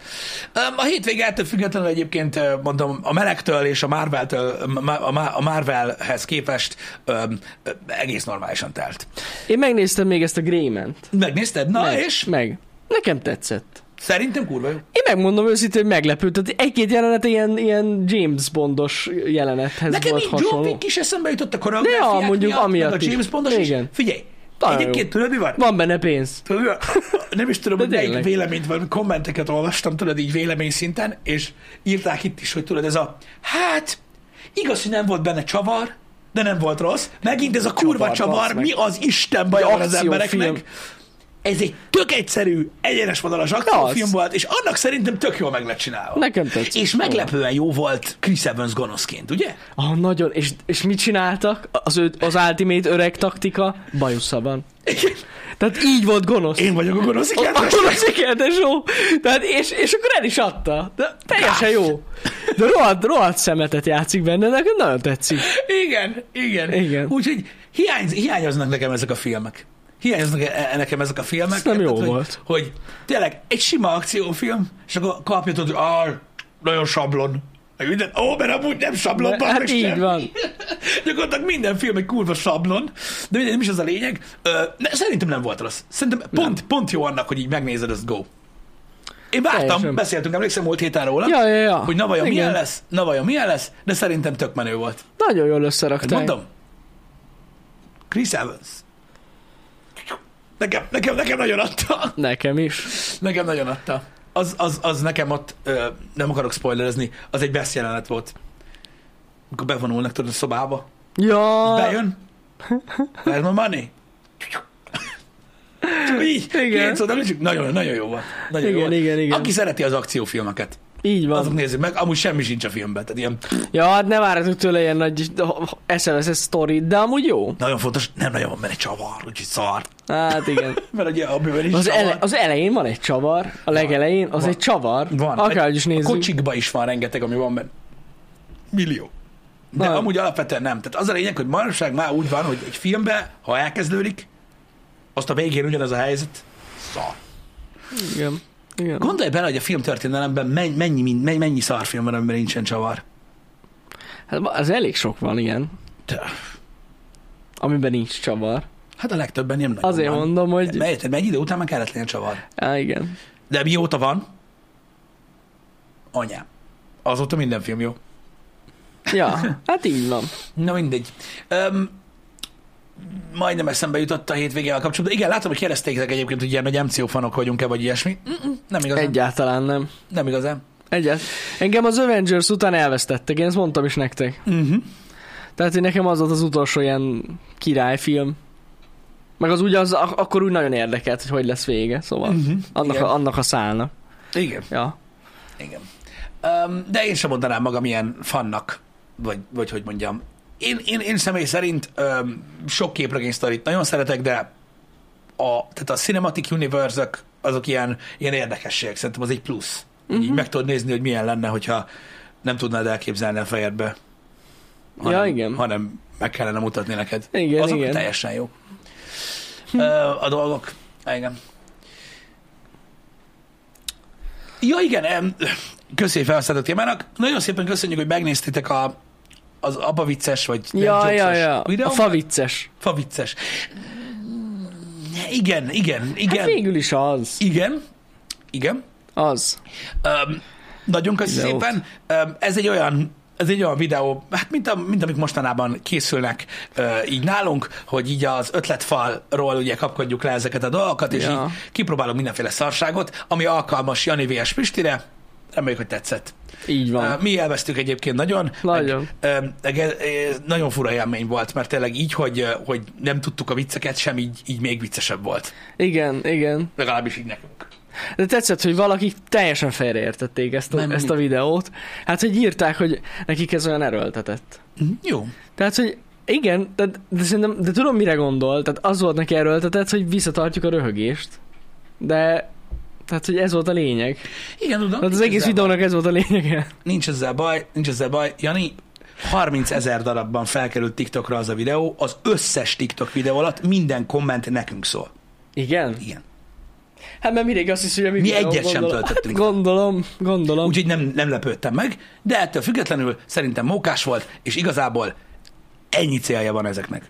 [SPEAKER 1] Öm, A hétvége ettől függetlenül egyébként ö, mondom, a Melektől és a Marvel-től, ö, ma- a Ma- a Marvelhez képest öm, ö, egész normálisan telt.
[SPEAKER 2] Én megnéztem még ezt a Grément.
[SPEAKER 1] Megnézted? Na
[SPEAKER 2] meg,
[SPEAKER 1] és?
[SPEAKER 2] Meg. Nekem tetszett.
[SPEAKER 1] Szerintem kurva jó.
[SPEAKER 2] Én megmondom őszintén, hogy meglepődött. Egy-két jelenet ilyen, ilyen James Bondos jelenethez
[SPEAKER 1] Nekem
[SPEAKER 2] volt
[SPEAKER 1] így John
[SPEAKER 2] hasonló.
[SPEAKER 1] Wick is eszembe jutott a koreográfiák
[SPEAKER 2] Ja, mondjuk
[SPEAKER 1] miatt,
[SPEAKER 2] amiatt
[SPEAKER 1] meg a
[SPEAKER 2] is.
[SPEAKER 1] James Bondos is.
[SPEAKER 2] Igen.
[SPEAKER 1] Figyelj,
[SPEAKER 2] Nagyon jó.
[SPEAKER 1] egyébként tudod mi van?
[SPEAKER 2] Van benne pénz.
[SPEAKER 1] Tudod, mi van? nem is tudom,
[SPEAKER 2] De
[SPEAKER 1] hogy melyik
[SPEAKER 2] tényleg.
[SPEAKER 1] véleményt van, kommenteket olvastam, tudod, így vélemény szinten, és írták itt is, hogy tudod, ez a, hát, igaz, hogy nem volt benne csavar, de nem volt rossz. Megint ez a kurva
[SPEAKER 2] Csavar,
[SPEAKER 1] csavar,
[SPEAKER 2] bassz meg.
[SPEAKER 1] mi az Isten baj van az
[SPEAKER 2] Akciófilm.
[SPEAKER 1] embereknek? Ez egy tök egyszerű, egyenes vonalas akciófilm
[SPEAKER 2] Az.
[SPEAKER 1] volt, és annak szerintem tök jól meg lett csinálva.
[SPEAKER 2] Nekem tetszett.
[SPEAKER 1] És meglepően jó volt Chris Evans gonoszként, ugye?
[SPEAKER 2] Ah, nagyon. És, és mit csináltak? Az, ő, az Ultimate öreg taktika bajusza van.
[SPEAKER 1] Igen.
[SPEAKER 2] Tehát így volt gonosz.
[SPEAKER 1] Én vagyok a gonosz
[SPEAKER 2] A
[SPEAKER 1] ikertes.
[SPEAKER 2] gonosz ikertes, jó. Tehát és, és akkor el is adta. De teljesen jó. De rohadt, rohadt szemetet játszik benne, nekem nagyon tetszik.
[SPEAKER 1] Igen, igen.
[SPEAKER 2] Igen.
[SPEAKER 1] Úgyhogy hiány, hiányoznak nekem ezek a filmek. Hiányoznak e- e- nekem ezek a filmek.
[SPEAKER 2] Ez nem jó
[SPEAKER 1] hogy,
[SPEAKER 2] volt.
[SPEAKER 1] Hogy tényleg egy sima akciófilm, és akkor kapja tudod, hogy "Á, nagyon sablon. Meg minden, ó, mert amúgy nem sablon,
[SPEAKER 2] De,
[SPEAKER 1] bazd
[SPEAKER 2] hát
[SPEAKER 1] meg,
[SPEAKER 2] így
[SPEAKER 1] semmi.
[SPEAKER 2] van.
[SPEAKER 1] Gyakorlatilag minden film egy kurva sablon, de mindegy, nem is az a lényeg. Ö, ne, szerintem nem volt rossz. Szerintem pont, pont jó annak, hogy így megnézed, azt go. Én vártam,
[SPEAKER 2] Teljesen.
[SPEAKER 1] beszéltünk, emlékszem múlt héten róla,
[SPEAKER 2] Ja, ja, ja.
[SPEAKER 1] hogy na vajon milyen
[SPEAKER 2] Igen.
[SPEAKER 1] lesz, na vajon milyen lesz, de szerintem tök menő volt.
[SPEAKER 2] Nagyon jól
[SPEAKER 1] Hát
[SPEAKER 2] összerakták.
[SPEAKER 1] mondom. Chris Evans. Nekem, nekem, nekem nagyon adta.
[SPEAKER 2] Nekem is.
[SPEAKER 1] Nekem nagyon adta. Az, az, az nekem ott, ö, nem akarok spoilerezni, az egy best jelenet volt. Amikor bevonulnak tudod a szobába.
[SPEAKER 2] Ja.
[SPEAKER 1] Bejön. Where's my money? Csak hogy így,
[SPEAKER 2] Igen.
[SPEAKER 1] két szót említsük. nagyon, nagyon jó volt. Nagyon jó
[SPEAKER 2] Igen,
[SPEAKER 1] volt.
[SPEAKER 2] igen, igen.
[SPEAKER 1] Aki szereti az akciófilmeket,
[SPEAKER 2] Így van.
[SPEAKER 1] azok nézzük meg, amúgy semmi sincs a filmben. Tehát ilyen
[SPEAKER 2] Ja, hát ne várjatok tőle ilyen nagy SMS-es sztorit, de amúgy jó.
[SPEAKER 1] nagyon fontos, nem nagyon van benne csavar, úgyhogy szar.
[SPEAKER 2] Hát igen.
[SPEAKER 1] Mert ugye abban is
[SPEAKER 2] Az,
[SPEAKER 1] csavar.
[SPEAKER 2] ele, az elején van egy csavar, a legelején az
[SPEAKER 1] Van.
[SPEAKER 2] egy csavar,
[SPEAKER 1] Van.
[SPEAKER 2] akárhogy
[SPEAKER 1] Egy-
[SPEAKER 2] is nézzük.
[SPEAKER 1] A kocsikba is van rengeteg, ami van benne. Millió. De
[SPEAKER 2] Van.
[SPEAKER 1] amúgy alapvetően nem. Tehát az a lényeg, hogy manapság már úgy van, hogy egy filmbe, ha elkezdődik, azt a végén ugyanaz a helyzet. Szar.
[SPEAKER 2] Igen. Igen.
[SPEAKER 1] Gondolj bele, hogy a film történelemben mennyi, mennyi, mennyi, mennyi szarfilm van, amiben nincsen csavar.
[SPEAKER 2] Hát az elég sok van, igen,
[SPEAKER 1] De,
[SPEAKER 2] amiben nincs csavar.
[SPEAKER 1] hát a legtöbben nem nagyon
[SPEAKER 2] Azért
[SPEAKER 1] van.
[SPEAKER 2] mondom, hogy...
[SPEAKER 1] Mert érted, mert egy idő után már kellett legyen csavar.
[SPEAKER 2] Á, igen.
[SPEAKER 1] De mióta van? Anyám. Azóta minden film jó.
[SPEAKER 2] Ja, hát így van.
[SPEAKER 1] Na mindegy. Um, majdnem eszembe jutott a hétvégével kapcsolatban. Igen, látom, hogy kérdeztétek egyébként, hogy ilyen nagy MCO fanok vagyunk-e, vagy ilyesmi. Mm-mm, nem igazán.
[SPEAKER 2] Egyáltalán nem.
[SPEAKER 1] Nem igazán.
[SPEAKER 2] Egyet. Engem az Avengers után elvesztettek, én ezt mondtam is nektek.
[SPEAKER 1] Uh-huh.
[SPEAKER 2] Tehát, hogy nekem az volt az utolsó ilyen királyfilm. Meg az ugye az ak- akkor úgy nagyon érdekelt, hogy hogy lesz vége, szóval
[SPEAKER 1] Mhm,
[SPEAKER 2] uh-huh, annak,
[SPEAKER 1] igen.
[SPEAKER 2] a, annak a szálna.
[SPEAKER 1] Igen,
[SPEAKER 2] Ja.
[SPEAKER 1] igen. Um, de én sem mondanám magam ilyen fannak, vagy, vagy hogy mondjam. Én, én, én személy szerint um, sok képregény sztorit nagyon szeretek, de a, tehát a Cinematic universe azok ilyen, ilyen érdekességek. Szerintem az egy plusz. Uh-huh.
[SPEAKER 2] Mhm.
[SPEAKER 1] Így meg tudod nézni, hogy milyen lenne, hogyha nem tudnád elképzelni a fejedbe.
[SPEAKER 2] ja, igen.
[SPEAKER 1] hanem meg kellene mutatni neked.
[SPEAKER 2] Igen,
[SPEAKER 1] Azok
[SPEAKER 2] igen.
[SPEAKER 1] teljesen jó. Ö, a dolgok. Igen. Ja, igen, em, köszönjük felhasznált a témának. Nagyon szépen köszönjük, hogy megnéztétek a, az apa vicces, vagy nem
[SPEAKER 2] Ja,
[SPEAKER 1] jokesos
[SPEAKER 2] ja, ja. A
[SPEAKER 1] videó.
[SPEAKER 2] fa vicces.
[SPEAKER 1] fa vicces. Igen, igen, igen.
[SPEAKER 2] Hát végül is az.
[SPEAKER 1] igen, igen.
[SPEAKER 2] Az.
[SPEAKER 1] Um, nagyon köszönöm
[SPEAKER 2] Videót.
[SPEAKER 1] szépen. Um, ez egy olyan ez egy olyan videó, hát mint, a, mint amik mostanában készülnek uh, így nálunk, hogy így az ötletfalról ugye kapkodjuk le ezeket a dolgokat, és
[SPEAKER 2] Ja.
[SPEAKER 1] így kipróbálunk mindenféle szarságot, ami alkalmas Jani V.S. Pistire, Reméljük, hogy tetszett.
[SPEAKER 2] Így van.
[SPEAKER 1] Ö, Mi élveztük egyébként nagyon.
[SPEAKER 2] Nagyon.
[SPEAKER 1] Meg, ö, meg ez- ez nagyon fura élmény volt, mert tényleg így, hogy, ö, hogy nem tudtuk a vicceket sem, így, így még viccesebb volt.
[SPEAKER 2] Igen, igen.
[SPEAKER 1] Legalábbis így nekünk.
[SPEAKER 2] De tetszett, hogy valaki teljesen félreértették ezt a,
[SPEAKER 1] Nem.
[SPEAKER 2] ezt a videót. Hát, hogy írták, hogy nekik ez olyan erőltetett.
[SPEAKER 1] Mhm. Jó.
[SPEAKER 2] Tehát, hogy igen, de, de, szerintem, de tudom, mire gondol. Tehát az volt neki erőltetett, hogy visszatartjuk a röhögést. De tehát, hogy ez volt a lényeg.
[SPEAKER 1] Igen, tudom.
[SPEAKER 2] Tehát Hát az
[SPEAKER 1] nincs
[SPEAKER 2] egész
[SPEAKER 1] ezzel
[SPEAKER 2] videónak ez volt a lényege.
[SPEAKER 1] Nincs ezzel baj, nincs ezzel baj. Jani, 30 ezer darabban felkerült TikTokra az a videó, az összes TikTok videó alatt minden komment nekünk szól.
[SPEAKER 2] Igen?
[SPEAKER 1] Igen.
[SPEAKER 2] Hát mert mindig azt hiszem, hogy a mi
[SPEAKER 1] Mi
[SPEAKER 2] videón
[SPEAKER 1] egyet sem
[SPEAKER 2] gondolom.
[SPEAKER 1] töltöttünk.
[SPEAKER 2] Hát, gondolom, gondolom.
[SPEAKER 1] Úgyhogy nem, nem lepődtem meg, de ettől függetlenül szerintem mókás volt, és igazából ennyi célja van ezeknek.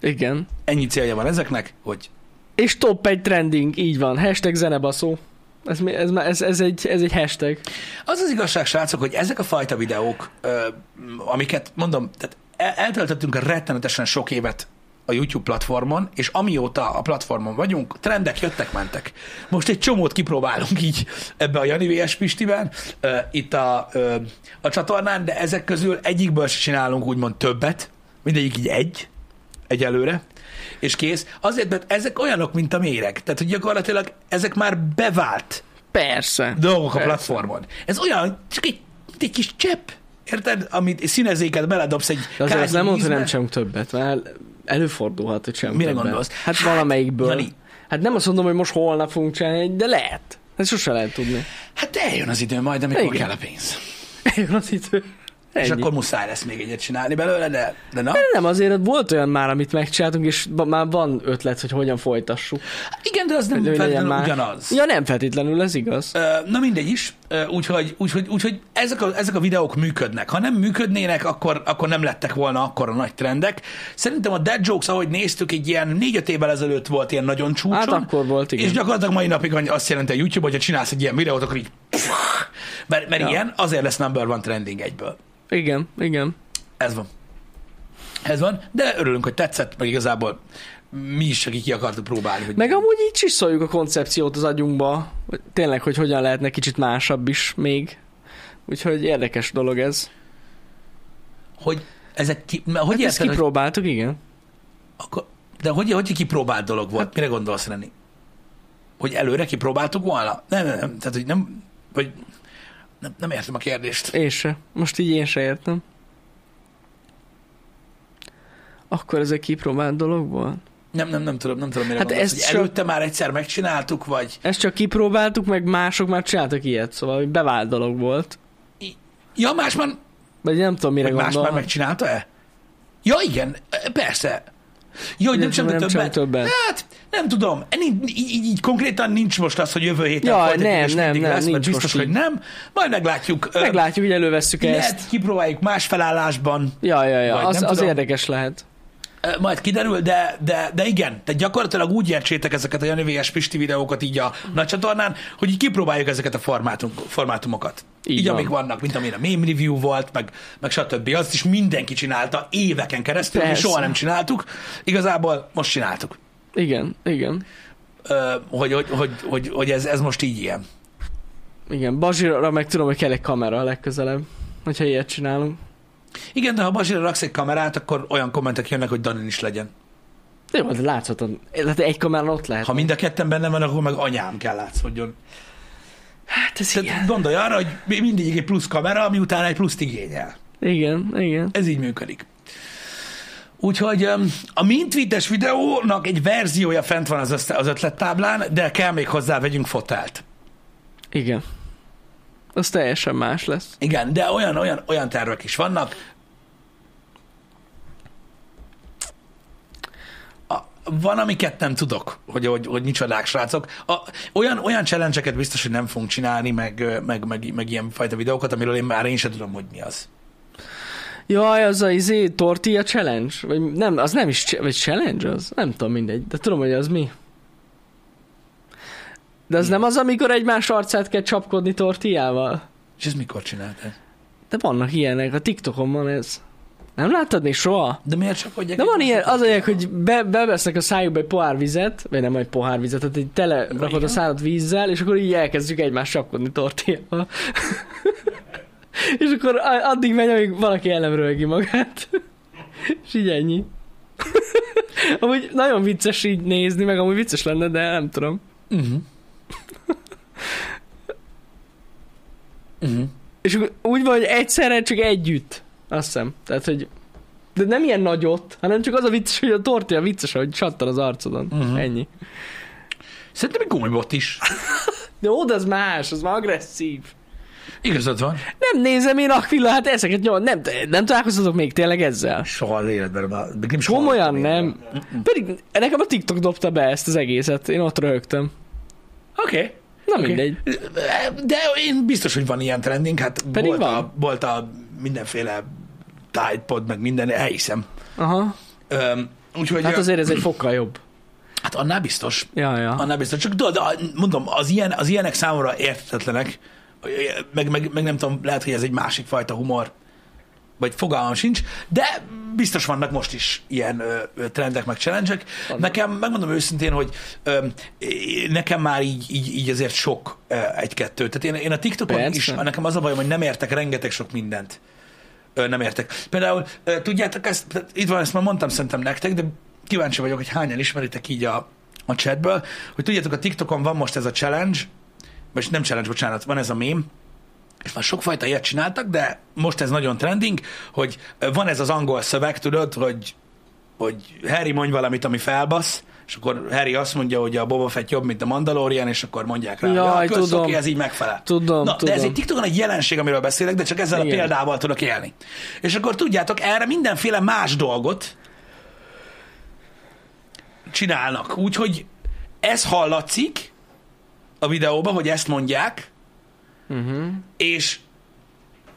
[SPEAKER 2] Igen.
[SPEAKER 1] Ennyi célja van ezeknek, hogy
[SPEAKER 2] És top egy trending, így van. Hashtag zenebaszó. Ez, mi- ez, már- ez, ez, egy, ez egy hashtag.
[SPEAKER 1] Az az igazság, srácok, hogy ezek a fajta videók, ö, m, amiket mondom, tehát el- eltöltöttünk rettenetesen sok évet a YouTube platformon, és amióta a platformon vagyunk, trendek jöttek, mentek. Most egy csomót kipróbálunk így ebbe a Jani VS Pistiben, ö, itt a, ö, a csatornán, de ezek közül egyikből se csinálunk úgymond többet, mindegyik így egy, egyelőre, és kész. Azért, mert ezek olyanok, mint a méreg. Tehát, hogy gyakorlatilag ezek már bevált
[SPEAKER 2] Persze.
[SPEAKER 1] dolgok a
[SPEAKER 2] Persze.
[SPEAKER 1] platformon. Ez olyan, csak egy, egy kis csepp, érted? Amit színezéket beledobsz egy
[SPEAKER 2] De azért
[SPEAKER 1] kágyi
[SPEAKER 2] azt nem mondta, hogy
[SPEAKER 1] vízbe.
[SPEAKER 2] nem csinálunk többet, mert előfordulhat, hogy sem
[SPEAKER 1] Mire
[SPEAKER 2] többet.
[SPEAKER 1] gondolsz?
[SPEAKER 2] Hát, valamelyikből.
[SPEAKER 1] Jani.
[SPEAKER 2] Hát nem azt mondom, hogy most holnap fogunk csinálni, de lehet. Ezt sose lehet tudni.
[SPEAKER 1] Hát eljön az idő majd, amikor
[SPEAKER 2] Igen.
[SPEAKER 1] kell a pénz.
[SPEAKER 2] Eljön az idő.
[SPEAKER 1] Ennyi. És
[SPEAKER 2] Ennyi.
[SPEAKER 1] akkor muszáj lesz még egyet csinálni belőle, de, de na.
[SPEAKER 2] De Nem, azért volt olyan már, amit megcsináltunk, és ba- már van ötlet, hogy hogyan folytassuk.
[SPEAKER 1] Igen, de az nem
[SPEAKER 2] De hogy legyen
[SPEAKER 1] feltétlenül
[SPEAKER 2] már.
[SPEAKER 1] ugyanaz.
[SPEAKER 2] Ja, nem feltétlenül, ez igaz.
[SPEAKER 1] Ö, Na mindegy is, Ö, úgyhogy, úgyhogy, úgyhogy ezek, a, ezek a videók működnek. Ha nem működnének, akkor, akkor nem lettek volna akkor a nagy trendek. Szerintem a Dead Jokes, ahogy néztük, egy ilyen négy-öt évvel ezelőtt volt ilyen nagyon csúcson.
[SPEAKER 2] Hát akkor volt, igen.
[SPEAKER 1] És gyakorlatilag mai napig annyi- azt jelenti a YouTube, hogyha csinálsz egy ilyen videót, akkor így... Mert, mert
[SPEAKER 2] Ja.
[SPEAKER 1] ja. ilyen, azért lesz number one trending egyből.
[SPEAKER 2] Igen, igen.
[SPEAKER 1] Ez van. Ez van, de örülünk, hogy tetszett, meg igazából mi is, akik ki akartuk próbálni. Hogy
[SPEAKER 2] Meg amúgy így csiszoljuk a koncepciót az agyunkba, hogy tényleg, hogy hogyan lehetne kicsit másabb is még. Úgyhogy érdekes dolog ez.
[SPEAKER 1] Hogy ezek ki, mert hogy
[SPEAKER 2] Hát ezt
[SPEAKER 1] érted, hogy
[SPEAKER 2] kipróbáltuk, igen.
[SPEAKER 1] Akkor, de hogy, hogy kipróbált dolog volt? Hát, Mire gondolsz, Reni? Hogy előre kipróbáltuk volna? Nem, nem, nem. Tehát, hogy nem, hogy nem, nem értem a kérdést.
[SPEAKER 2] Én se. Most így én se értem. Akkor ez egy kipróbált dolog volt?
[SPEAKER 1] Nem, nem, nem tudom, nem tudom, mire
[SPEAKER 2] Hát
[SPEAKER 1] hát gondolsz.
[SPEAKER 2] ezt
[SPEAKER 1] Hogy
[SPEAKER 2] sem-
[SPEAKER 1] előtte már egyszer megcsináltuk, vagy...
[SPEAKER 2] Ezt csak kipróbáltuk, meg mások már csináltak ilyet, szóval hogy bevált dolog volt.
[SPEAKER 1] Ja, más már,
[SPEAKER 2] Vagy nem tudom, mire
[SPEAKER 1] vagy más
[SPEAKER 2] gondol.
[SPEAKER 1] már megcsinálta-e? Ja, igen, persze. Jó, hogy nem sem
[SPEAKER 2] nem
[SPEAKER 1] többet.
[SPEAKER 2] csinálunk többet.
[SPEAKER 1] Hát, nem tudom. Nincs, így, így, így, konkrétan nincs most az, hogy jövő héten
[SPEAKER 2] Jaj,
[SPEAKER 1] folytatjuk,
[SPEAKER 2] nem,
[SPEAKER 1] és
[SPEAKER 2] nem,
[SPEAKER 1] mindig
[SPEAKER 2] nem,
[SPEAKER 1] lesz, mert
[SPEAKER 2] nincs
[SPEAKER 1] biztos,
[SPEAKER 2] most
[SPEAKER 1] hogy nem. Majd meglátjuk. Ö,
[SPEAKER 2] Meglátjuk, hogy elővesszük ezt.
[SPEAKER 1] Lehet, kipróbáljuk más felállásban.
[SPEAKER 2] Ja, ja,
[SPEAKER 1] Vagy
[SPEAKER 2] ja, az,
[SPEAKER 1] nem
[SPEAKER 2] az
[SPEAKER 1] tudom.
[SPEAKER 2] érdekes lehet.
[SPEAKER 1] Ö, majd kiderül, de, de, de igen, tehát gyakorlatilag úgy értsétek ezeket a Jani VS Pisti videókat így a
[SPEAKER 2] Mhm.
[SPEAKER 1] nagy csatornán, hogy így kipróbáljuk ezeket a formátum, formátumokat.
[SPEAKER 2] Így
[SPEAKER 1] Így, így
[SPEAKER 2] van.
[SPEAKER 1] amik vannak, mint amilyen a meme review volt, meg, meg stb. Azt is mindenki csinálta éveken keresztül, mi
[SPEAKER 2] Persze.
[SPEAKER 1] soha nem csináltuk. Igazából most csináltuk.
[SPEAKER 2] Igen, igen.
[SPEAKER 1] Ö, hogy, hogy, hogy, hogy, hogy ez, ez most így ilyen.
[SPEAKER 2] Igen, Bazsira meg tudom, hogy kell egy kamera a legközelebb, hogyha ilyet csinálunk.
[SPEAKER 1] Igen, de ha Bazsira raksz egy kamerát, akkor olyan kommentek jönnek, hogy Danin is legyen.
[SPEAKER 2] Jó, de láthatóan, tehát egy kamerán ott lehet.
[SPEAKER 1] Ha mind a ketten benne van, akkor meg anyám kell látszódjon.
[SPEAKER 2] Hát ez
[SPEAKER 1] Tehát
[SPEAKER 2] ilyen.
[SPEAKER 1] gondolj arra, hogy mi- mindig egy plusz kamera, ami utána egy pluszt igényel.
[SPEAKER 2] Igen, igen.
[SPEAKER 1] Ez így működik. Úgyhogy öm, a mintvites videónak egy verziója fent van az, össze- az ötlettáblán, de kell még hozzá vegyünk fotelt.
[SPEAKER 2] Igen. Az teljesen más lesz.
[SPEAKER 1] Igen, de olyan, olyan, olyan tervek is vannak. A, van, amiket nem tudok, hogy, hogy, hogy micsodák, srácok. A, olyan, olyan challenge biztos, hogy nem fogunk csinálni, meg, ö, meg, meg, meg ilyen fajta videókat, amiről én már én sem tudom, hogy mi az.
[SPEAKER 2] Jaj, az a izé, tortilla challenge? Vagy nem, az nem is, ch- vagy challenge az? Nem tudom, mindegy, de tudom, hogy az mi. De az nem az, amikor egymás arcát kell csapkodni tortillával?
[SPEAKER 1] És ezt mikor csináltad?
[SPEAKER 2] De vannak ilyenek, a TikTokon van ez. Nem láttad még soha?
[SPEAKER 1] De miért csak adják?
[SPEAKER 2] De van
[SPEAKER 1] egy-
[SPEAKER 2] ilyen, az a lényeg, hogy be, bevesznek a szájukba egy pohár vizet, vagy nem egy pohár vizet, tehát egy tele rakod a
[SPEAKER 1] igen.
[SPEAKER 2] szádat vízzel, és akkor így elkezdjük egymást sapkodni tortillával. és akkor a- addig megy, amíg valaki el nem rölgi magát. és így ennyi. amúgy nagyon vicces így nézni, meg amúgy vicces lenne, de nem tudom.
[SPEAKER 1] Mhm. Mhm.
[SPEAKER 2] És akkor úgy van, hogy egyszerre csak együtt. Azt hiszem. Tehát, hogy de nem ilyen nagyot, hanem csak az a vicces, hogy a tortilla vicces, hogy csattan az arcodon.
[SPEAKER 1] Mhm.
[SPEAKER 2] Uh-huh. Ennyi.
[SPEAKER 1] Szerintem egy gumibot is.
[SPEAKER 2] De ó, de az más, az már agresszív.
[SPEAKER 1] Igazad van.
[SPEAKER 2] Nem nézem én akvilla, hát ezeket nyom, nem, nem találkoztatok még tényleg ezzel.
[SPEAKER 1] Soha az életben. de nem soha
[SPEAKER 2] Komolyan
[SPEAKER 1] az életben.
[SPEAKER 2] nem. Pedig nekem a TikTok dobta be ezt az egészet, én ott röhögtem.
[SPEAKER 1] Oké. Okay.
[SPEAKER 2] Na
[SPEAKER 1] Oké.
[SPEAKER 2] okay. mindegy.
[SPEAKER 1] De én biztos, hogy van ilyen trending, hát
[SPEAKER 2] Pedig
[SPEAKER 1] volt, A,
[SPEAKER 2] van.
[SPEAKER 1] volt a mindenféle Tide Pod, meg minden, elhiszem.
[SPEAKER 2] Aha.
[SPEAKER 1] Öm, úgyhogy
[SPEAKER 2] Hát
[SPEAKER 1] hát,
[SPEAKER 2] azért ez egy fokkal jobb.
[SPEAKER 1] hát annál biztos,
[SPEAKER 2] Ja, ja.
[SPEAKER 1] annál biztos. Csak tudod, a- mondom, az, ilyen, az ilyenek számomra érthetetlenek, meg, meg, meg nem tudom, lehet, hogy ez egy másik fajta humor, vagy fogalmam sincs, de biztos vannak most is ilyen ö, ö, trendek, meg challenge Nekem, megmondom őszintén, hogy ö, é- nekem már így, így, így azért sok ö, egy-kettő. Tehát én, én a TikTokon
[SPEAKER 2] Persze.
[SPEAKER 1] is, nekem az a bajom, hogy nem értek rengeteg sok mindent. Ö, nem értek. Például, ö, tudjátok, ezt, tehát itt van, ezt már mondtam szerintem nektek, de kíváncsi vagyok, hogy hányan ismeritek így a, a chatből, hogy tudjátok, a TikTokon van most ez a challenge, vagy nem challenge, bocsánat, van ez a mém, és már sokfajta ilyet csináltak, de most ez nagyon trending, hogy ö, van ez az angol szöveg, tudod, hogy, hogy Harry mondj valamit, ami felbasz, és akkor Harry azt mondja, hogy a Boba Fett jobb, mint a Mandalorian, és akkor mondják rá,
[SPEAKER 2] Jaj,
[SPEAKER 1] hogy a kösz,
[SPEAKER 2] tudom.
[SPEAKER 1] oké, ez így megfelel.
[SPEAKER 2] Tudom,
[SPEAKER 1] Na, de ez
[SPEAKER 2] tudom.
[SPEAKER 1] egy TikTokon egy jelenség, amiről beszélek, de csak ezzel a
[SPEAKER 2] Igen.
[SPEAKER 1] példával tudok élni. És akkor tudjátok, erre mindenféle más dolgot csinálnak. Úgyhogy ez hallatszik a videóban, hogy ezt mondják,
[SPEAKER 2] Uh-huh.
[SPEAKER 1] és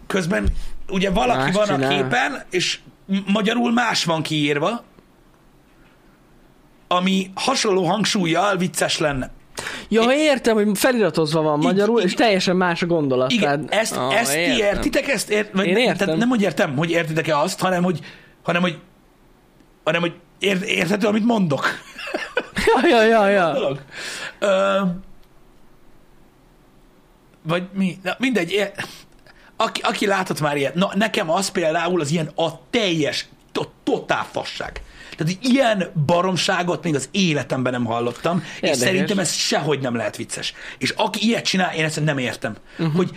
[SPEAKER 1] közben ugye valaki
[SPEAKER 2] Más
[SPEAKER 1] van a
[SPEAKER 2] csinál.
[SPEAKER 1] képen, és m- magyarul más van kiírva, ami hasonló hangsúlyjal vicces lenne.
[SPEAKER 2] Ja, értem, hogy feliratozva van magyarul,
[SPEAKER 1] így-
[SPEAKER 2] és teljesen más a gondolat.
[SPEAKER 1] Igen,
[SPEAKER 2] tehát...
[SPEAKER 1] ezt,
[SPEAKER 2] Ah,
[SPEAKER 1] ezt ti
[SPEAKER 2] értem.
[SPEAKER 1] értitek, ezt ért, vagy
[SPEAKER 2] Én
[SPEAKER 1] nem-
[SPEAKER 2] értem.
[SPEAKER 1] Tehát nem, hogy értem, hogy értitek-e azt, hanem hogy, hanem hogy, hanem, hogy ér, érthető, amit mondok.
[SPEAKER 2] Ja, ja, ja, ja.
[SPEAKER 1] Dolog. Ö, vagy mi? Na, mindegy. Ér, aki, aki látott már ilyet, na nekem az például az ilyen a teljes, to- totál fasság. Tehát hogy ilyen baromságot még az életemben nem hallottam, és
[SPEAKER 2] Érdekes.
[SPEAKER 1] szerintem ez sehogy nem lehet vicces. És aki ilyet csinál, én egyszerűen nem értem. Uh-huh. Hogy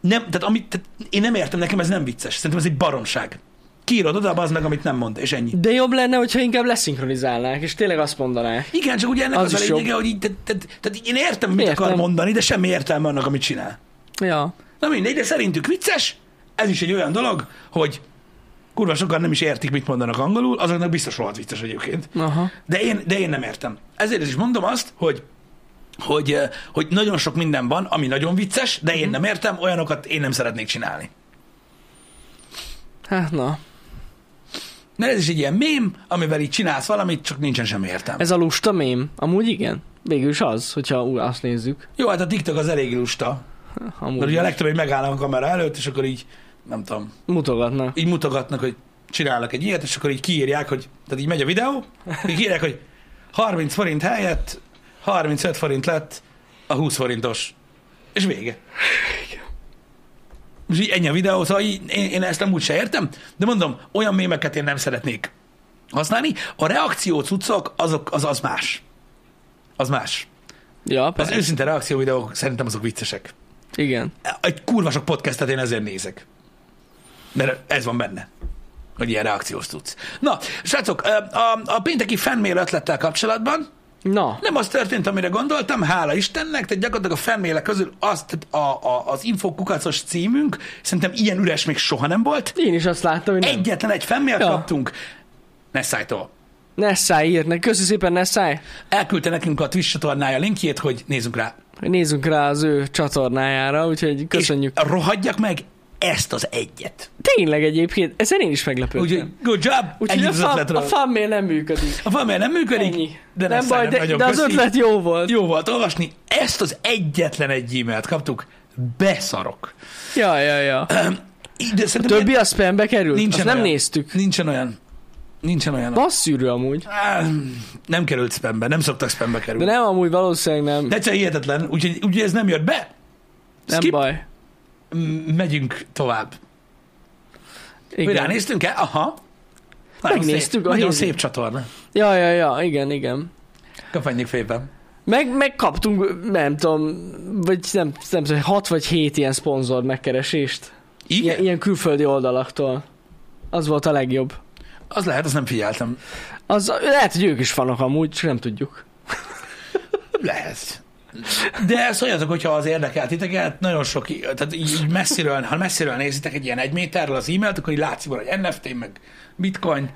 [SPEAKER 1] nem, tehát, amit, tehát én nem értem, nekem ez nem vicces. Szerintem ez egy baromság. Kiírod oda, az meg, amit nem mond, és ennyi.
[SPEAKER 2] De jobb lenne, hogyha inkább leszinkronizálnák, és tényleg azt mondanák.
[SPEAKER 1] Igen, csak ugye ennek az,
[SPEAKER 2] Az
[SPEAKER 1] az
[SPEAKER 2] is
[SPEAKER 1] a lényege, hogy így, tehát, tehát, tehát így én értem, mit értem.
[SPEAKER 2] Értem.
[SPEAKER 1] akar mondani, de semmi értelme annak, amit csinál.
[SPEAKER 2] Ja.
[SPEAKER 1] Na mindegy, de szerintük vicces, ez is egy olyan dolog, hogy kurva sokan nem is értik, mit mondanak angolul, azoknak biztos rohadt vicces egyébként.
[SPEAKER 2] Aha.
[SPEAKER 1] De én, de én nem értem. Ezért is mondom azt, hogy hogy, eh, hogy nagyon sok minden van, ami nagyon vicces, de
[SPEAKER 2] Mhm.
[SPEAKER 1] én nem értem, olyanokat én nem szeretnék csinálni.
[SPEAKER 2] Hát na.
[SPEAKER 1] Mert ez is egy ilyen mém, amivel így csinálsz valamit, csak nincsen semmi értelme.
[SPEAKER 2] Ez a lusta mém? Amúgy igen. Végül is az, hogyha ú, azt nézzük.
[SPEAKER 1] Jó, hát a TikTok az elég lusta.
[SPEAKER 2] Amúgy
[SPEAKER 1] Mert ugye a legtöbb, hogy megállnak a kamera előtt, és akkor így, nem tudom,
[SPEAKER 2] mutogatnak.
[SPEAKER 1] így mutogatnak, hogy csinálnak egy ilyet, és akkor így kiírják, hogy, tehát így megy a videó, így írják, hogy 30 forint helyett 35 forint lett a 20 forintos. És vége. És így ennyi a videó, szóval így, én, én ezt nem úgy se értem, de mondom, olyan mémeket én nem szeretnék használni. A reakció cuccok, azok, az, az más. Az más.
[SPEAKER 2] Ja,
[SPEAKER 1] Az
[SPEAKER 2] persze.
[SPEAKER 1] őszinte reakció videók szerintem azok viccesek
[SPEAKER 2] Igen.
[SPEAKER 1] egy kurva sok podcastet én ezért nézek. Mert ez van benne hogy ilyen reakciós tudsz. Na, srácok, ö, a, a pénteki fanmail ötlettel kapcsolatban
[SPEAKER 2] Na.
[SPEAKER 1] nem az történt, amire gondoltam, hála Istennek, tehát gyakorlatilag a fanmailek közül az, tehát a, a, az infokukacos címünk szerintem ilyen üres még soha nem volt.
[SPEAKER 2] Én is azt láttam, hogy nem. Egy...
[SPEAKER 1] Egyetlen egy fanmailt ja.
[SPEAKER 2] Ja.
[SPEAKER 1] kaptunk Nessájtól.
[SPEAKER 2] Nessai írt neki. Köszi szépen, Nessai.
[SPEAKER 1] Elküldte nekünk a Twitch csatornája linkjét, hogy nézzünk rá.
[SPEAKER 2] Nézzünk rá az ő csatornájára, úgyhogy köszönjük. És...
[SPEAKER 1] És rohadjak meg ezt az egyet.
[SPEAKER 2] Tényleg egyébként, ezen én is meglepődtem.
[SPEAKER 1] Úgyhogy good job,
[SPEAKER 2] Úgyhogy
[SPEAKER 1] ennyi
[SPEAKER 2] a,
[SPEAKER 1] az
[SPEAKER 2] fan,
[SPEAKER 1] ötletről.
[SPEAKER 2] a fanmail nem működik.
[SPEAKER 1] A valamilyen nem működik,
[SPEAKER 2] Ennyi.
[SPEAKER 1] de
[SPEAKER 2] nem baj, de,
[SPEAKER 1] nagyon
[SPEAKER 2] de az
[SPEAKER 1] köszi.
[SPEAKER 2] ötlet jó volt.
[SPEAKER 1] Jó volt olvasni, ezt az egyetlen egy e-mailt kaptuk, beszarok.
[SPEAKER 2] Ja, ja, ja.
[SPEAKER 1] Így, De
[SPEAKER 2] A
[SPEAKER 1] szerintem
[SPEAKER 2] többi a spambe került?
[SPEAKER 1] Nincsen
[SPEAKER 2] Azt nem
[SPEAKER 1] olyan.
[SPEAKER 2] néztük.
[SPEAKER 1] ilyen- nincsen olyan. Nincsen olyan.
[SPEAKER 2] Van szűrő amúgy.
[SPEAKER 1] Á, Nem került spambe, nem szoktak spambe
[SPEAKER 2] De
[SPEAKER 1] kerülni.
[SPEAKER 2] nem amúgy valószínűleg nem.
[SPEAKER 1] De egyszerűen hihetetlen, úgyhogy, úgyhogy ez nem jött be.
[SPEAKER 2] Nem
[SPEAKER 1] Skip,
[SPEAKER 2] baj.
[SPEAKER 1] M- megyünk tovább. Mi
[SPEAKER 2] Igen.
[SPEAKER 1] ránéztünk-e? Aha. Nagyon
[SPEAKER 2] Megnéztük
[SPEAKER 1] szép,
[SPEAKER 2] a
[SPEAKER 1] Nagyon
[SPEAKER 2] hézit.
[SPEAKER 1] szép csatorna.
[SPEAKER 2] Ja, ja, ja, igen, igen.
[SPEAKER 1] Kapanjék félben.
[SPEAKER 2] Meg, meg kaptunk, nem tudom, vagy nem, nem tudom, 6 vagy 7 ilyen szponzor megkeresést. Ilyen,
[SPEAKER 1] Igen?
[SPEAKER 2] ilyen külföldi oldalaktól. Az volt a legjobb.
[SPEAKER 1] Az lehet, azt nem figyeltem.
[SPEAKER 2] Az, lehet, hogy ők is fanok amúgy, csak nem tudjuk.
[SPEAKER 1] Lehet. De szóljatok, hogyha az érdekel titeket, nagyon sok, tehát így így messziről, ha messziről nézitek egy ilyen egy méterről az e-mailt, akkor így látszik van, hogy NFT, meg bitcoin,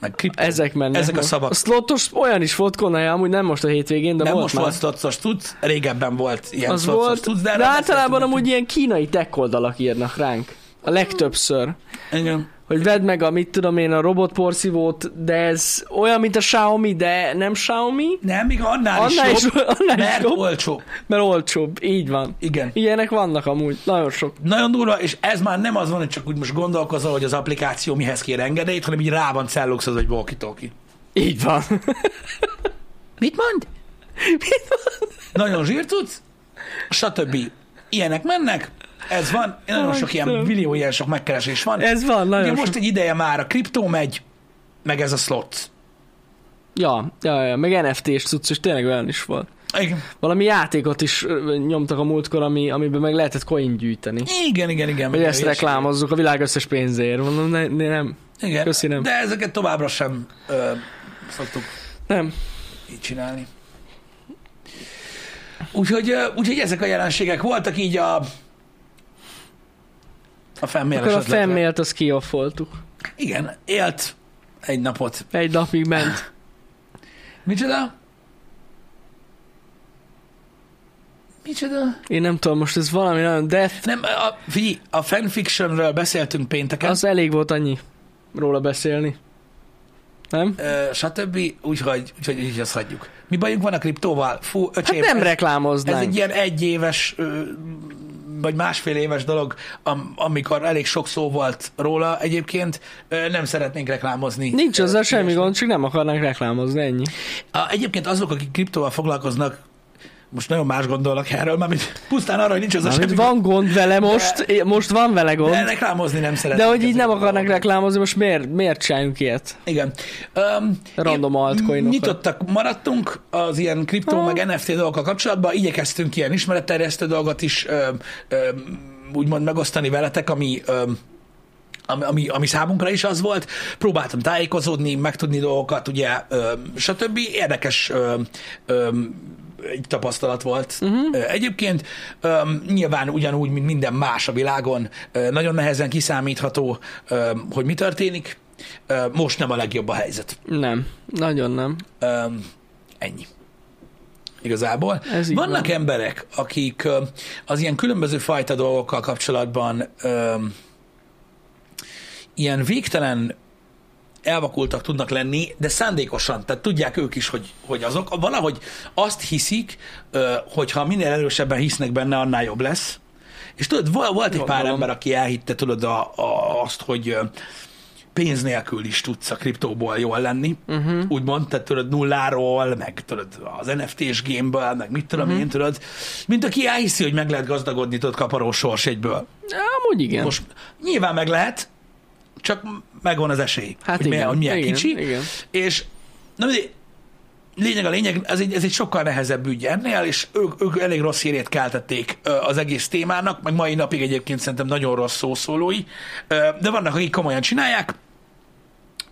[SPEAKER 1] meg kripto.
[SPEAKER 2] Ezek mennek.
[SPEAKER 1] Ezek a
[SPEAKER 2] most.
[SPEAKER 1] szavak.
[SPEAKER 2] A slotos olyan is volt konaja, amúgy nem most a hétvégén, de
[SPEAKER 1] nem
[SPEAKER 2] volt
[SPEAKER 1] most
[SPEAKER 2] már.
[SPEAKER 1] volt sztocos tudsz, régebben volt ilyen
[SPEAKER 2] az
[SPEAKER 1] sztocos
[SPEAKER 2] volt,
[SPEAKER 1] tudsz,
[SPEAKER 2] de,
[SPEAKER 1] erről
[SPEAKER 2] de általában
[SPEAKER 1] beszéltünk.
[SPEAKER 2] amúgy ilyen kínai tech oldalak írnak ránk. A legtöbbször.
[SPEAKER 1] Igen.
[SPEAKER 2] Hogy vedd meg a, mit tudom én, a robotporszívót, de ez olyan, mint a Xiaomi, de nem Xiaomi,
[SPEAKER 1] Nem, még annál,
[SPEAKER 2] Annál
[SPEAKER 1] is
[SPEAKER 2] is-
[SPEAKER 1] jobb,
[SPEAKER 2] annál is
[SPEAKER 1] mert
[SPEAKER 2] jobb.
[SPEAKER 1] olcsó.
[SPEAKER 2] mert olcsóbb. Így van.
[SPEAKER 1] Igen.
[SPEAKER 2] Ilyenek vannak amúgy, nagyon sok.
[SPEAKER 1] Nagyon durva, és ez már nem az van, hogy csak úgy most gondolkozol, hogy az applikáció mihez kér engedélyt, hanem így rá van cellux az, hogy walkie-talkie.
[SPEAKER 2] Így van.
[SPEAKER 1] Mit mond? Nagyon zsírt tudsz? Stb. Ilyenek mennek, ez van, nagyon
[SPEAKER 2] Aj,
[SPEAKER 1] sok ilyen,
[SPEAKER 2] Istenem.
[SPEAKER 1] millió ilyen sok megkeresés van.
[SPEAKER 2] Ez van,
[SPEAKER 1] Ugye
[SPEAKER 2] nagyon
[SPEAKER 1] most
[SPEAKER 2] sok.
[SPEAKER 1] egy ideje már a kriptó megy, meg ez a slot.
[SPEAKER 2] Ja, ja, ja, meg NFT-s cucc, és tényleg olyan is volt.
[SPEAKER 1] Igen,
[SPEAKER 2] Valami játékot is ö, nyomtak a múltkor, ami, amiben meg lehetett coin gyűjteni.
[SPEAKER 1] igen, igen. igen
[SPEAKER 2] Hogy
[SPEAKER 1] meg
[SPEAKER 2] ezt
[SPEAKER 1] a hülyeség.
[SPEAKER 2] reklámozzuk a világ összes pénzért. Mondom, ne, ne, nem.
[SPEAKER 1] Igen,
[SPEAKER 2] Köszönöm.
[SPEAKER 1] de ezeket továbbra sem ö, szoktuk
[SPEAKER 2] Nem.
[SPEAKER 1] így csinálni. Úgyhogy, ö, úgyhogy ezek a jelenségek voltak így a a
[SPEAKER 2] Akkor
[SPEAKER 1] fennméres
[SPEAKER 2] a
[SPEAKER 1] ötletre.
[SPEAKER 2] fenmélt azt kioffoltuk.
[SPEAKER 1] Igen, élt egy napot.
[SPEAKER 2] Egy napig ment.
[SPEAKER 1] Micsoda? Micsoda?
[SPEAKER 2] Én nem tudom, most ez valami nagyon, de
[SPEAKER 1] Nem, a, figyelj, a fanfictionről beszéltünk pénteken,
[SPEAKER 2] az elég volt annyi róla beszélni. Nem?
[SPEAKER 1] ö, stb., úgyhogy, úgyhogy így azt hagyjuk. Mi bajunk van a kriptóval? Fú,
[SPEAKER 2] Hát
[SPEAKER 1] öcsém,
[SPEAKER 2] nem
[SPEAKER 1] ez,
[SPEAKER 2] reklámoznánk.
[SPEAKER 1] ez egy ilyen egyéves ö, vagy másfél éves dolog, am, amikor elég sok szó volt róla egyébként, ö, nem szeretnénk reklámozni.
[SPEAKER 2] Nincs
[SPEAKER 1] Ö,
[SPEAKER 2] azzal semmi
[SPEAKER 1] ilyesmit.
[SPEAKER 2] gond, csak nem akarnánk reklámozni, ennyi.
[SPEAKER 1] A, egyébként azok, akik kriptóval foglalkoznak, most nagyon más gondolnak erről, mármint pusztán arra, hogy nincs az a
[SPEAKER 2] Amit
[SPEAKER 1] semmi
[SPEAKER 2] van gond vele most, é- most van vele
[SPEAKER 1] gond, de
[SPEAKER 2] gond,
[SPEAKER 1] reklámozni nem
[SPEAKER 2] de
[SPEAKER 1] szeretnék.
[SPEAKER 2] hogy így nem
[SPEAKER 1] ezeket a
[SPEAKER 2] akarnak
[SPEAKER 1] dolgokat.
[SPEAKER 2] reklámozni, most miért, miért csináljunk ilyet?
[SPEAKER 1] Igen. Um,
[SPEAKER 2] Random altcoinokat.
[SPEAKER 1] Nyitottak maradtunk az ilyen kriptó,
[SPEAKER 2] Ha.
[SPEAKER 1] meg NFT dolgokkal kapcsolatban, igyekeztünk ilyen ismeretterjesztő dolgot is öm, öm, úgymond megosztani veletek, ami, öm, ami, ami, ami számunkra is az volt. Próbáltam tájékozódni, megtudni dolgokat, ugye, öm, stb. Érdekes öm, öm, egy tapasztalat volt uh-huh. egyébként. Öm, nyilván ugyanúgy, mint minden más a világon, ö, nagyon nehezen kiszámítható, öm, hogy mi történik. Ö, Most nem a legjobb a helyzet.
[SPEAKER 2] Nem, nagyon nem.
[SPEAKER 1] Öm, ennyi. Igazából.
[SPEAKER 2] Ez így
[SPEAKER 1] Vannak
[SPEAKER 2] van.
[SPEAKER 1] emberek, akik öm, az ilyen különböző fajta dolgokkal kapcsolatban öm, ilyen végtelen elvakultak tudnak lenni, de szándékosan, tehát tudják ők is, hogy, hogy azok. Valahogy azt hiszik, ö, hogyha minél erősebben hisznek benne, annál jobb lesz. És tudod, vo- volt egy pár
[SPEAKER 2] Gondolom.
[SPEAKER 1] ember, aki elhitte, tudod, a, a, azt, hogy ö, pénz nélkül is tudsz a kriptóból jól lenni,
[SPEAKER 2] Mhm.
[SPEAKER 1] uh-huh. úgymond, tehát tudod nulláról, meg tudod az NFT-s gameből, meg mit tudom
[SPEAKER 2] Mhm.
[SPEAKER 1] uh-huh. én, tudod, mint aki elhiszi, hogy meg lehet gazdagodni, tudod, kaparó sors egyből.
[SPEAKER 2] Amúgy igen.
[SPEAKER 1] Most nyilván meg lehet, csak megvan az esély,
[SPEAKER 2] Hát
[SPEAKER 1] hogy,
[SPEAKER 2] igen,
[SPEAKER 1] milyen, hogy milyen
[SPEAKER 2] igen,
[SPEAKER 1] kicsi.
[SPEAKER 2] igen.
[SPEAKER 1] És na, mindegy, lényeg a lényeg, ez egy, ez egy sokkal nehezebb ügy ennél, és ők, ők elég rossz hírét keltették ö, az egész témának, meg mai napig egyébként szerintem nagyon rossz szószólói, ö, de vannak, akik komolyan csinálják,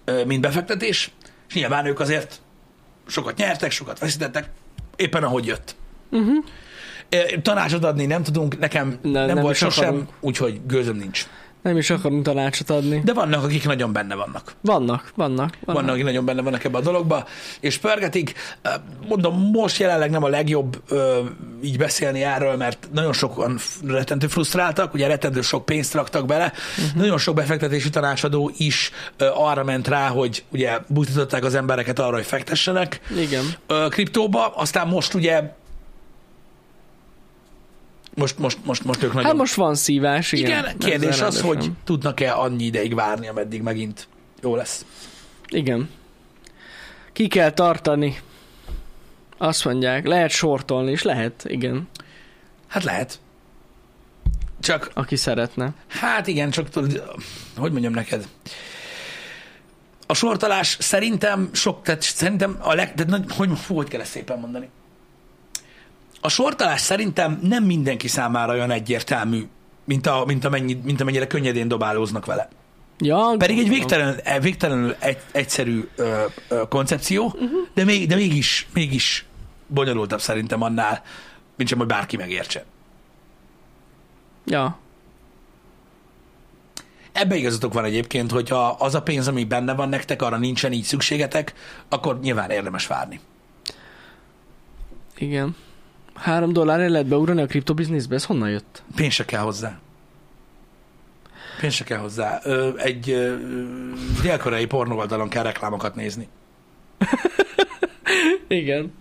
[SPEAKER 1] ö, mint befektetés, és nyilván ők azért sokat nyertek, sokat veszítettek, éppen ahogy jött. Uh-huh. Tanácsot adni nem tudunk, nekem
[SPEAKER 2] Ne-
[SPEAKER 1] nem, nem
[SPEAKER 2] nem
[SPEAKER 1] volt
[SPEAKER 2] is
[SPEAKER 1] sosem,
[SPEAKER 2] akarunk.
[SPEAKER 1] úgyhogy gőzöm nincs.
[SPEAKER 2] Nem is akarunk tanácsot adni.
[SPEAKER 1] De vannak, akik nagyon benne vannak.
[SPEAKER 2] Vannak, vannak, vannak.
[SPEAKER 1] Vannak, akik nagyon benne vannak ebbe a dologba, és pörgetik. Mondom, most jelenleg nem a legjobb ö, így beszélni erről, mert nagyon sokan f- rettentő frusztráltak, ugye rettentő sok pénzt raktak bele.
[SPEAKER 2] Mhm.
[SPEAKER 1] Uh-huh. Nagyon sok befektetési tanácsadó is ö, arra ment rá, hogy ugye bújtították az embereket arra, hogy fektessenek
[SPEAKER 2] Igen. Hát
[SPEAKER 1] ö, kriptóba, aztán most ugye Most, most, most, most ők nagyon...
[SPEAKER 2] Hát most van szívás, igen.
[SPEAKER 1] igen, kérdés
[SPEAKER 2] Ezzel
[SPEAKER 1] az,
[SPEAKER 2] rendesen.
[SPEAKER 1] hogy tudnak-e annyi ideig várni, ameddig megint jó lesz.
[SPEAKER 2] Igen. Ki kell tartani. Azt mondják, lehet sortolni, és lehet, igen,
[SPEAKER 1] Hát lehet. Csak
[SPEAKER 2] aki szeretne.
[SPEAKER 1] Hát igen, csak tudod, hogy mondjam neked? A sortalás szerintem sok, tehát szerintem a leg, de nagy, hogy, fú, hogy kell ezt szépen mondani? A sortalás szerintem nem mindenki számára olyan egyértelmű, mint, a, mint, amennyi, mint amennyire könnyedén dobálóznak vele.
[SPEAKER 2] Ja,
[SPEAKER 1] Pedig egy
[SPEAKER 2] gondolom.
[SPEAKER 1] végtelen, e, végtelenül egy, egyszerű ö, ö, koncepció, uh-huh. de, még, de mégis, mégis bonyolultabb szerintem annál, mint sem, hogy bárki megértse.
[SPEAKER 2] Ja,
[SPEAKER 1] Ebbe igazatok van egyébként, hogy ha az a pénz, ami benne van nektek, arra nincsen így szükségetek, akkor nyilván érdemes várni.
[SPEAKER 2] igen. Három dollárért lehet beugrani a kriptobizniszbe, ez honnan jött?
[SPEAKER 1] Pénz se kell hozzá. Pénz se kell hozzá. Ö, egy ö, dél-koreai pornóoldalon kell reklámokat nézni.
[SPEAKER 2] Igen.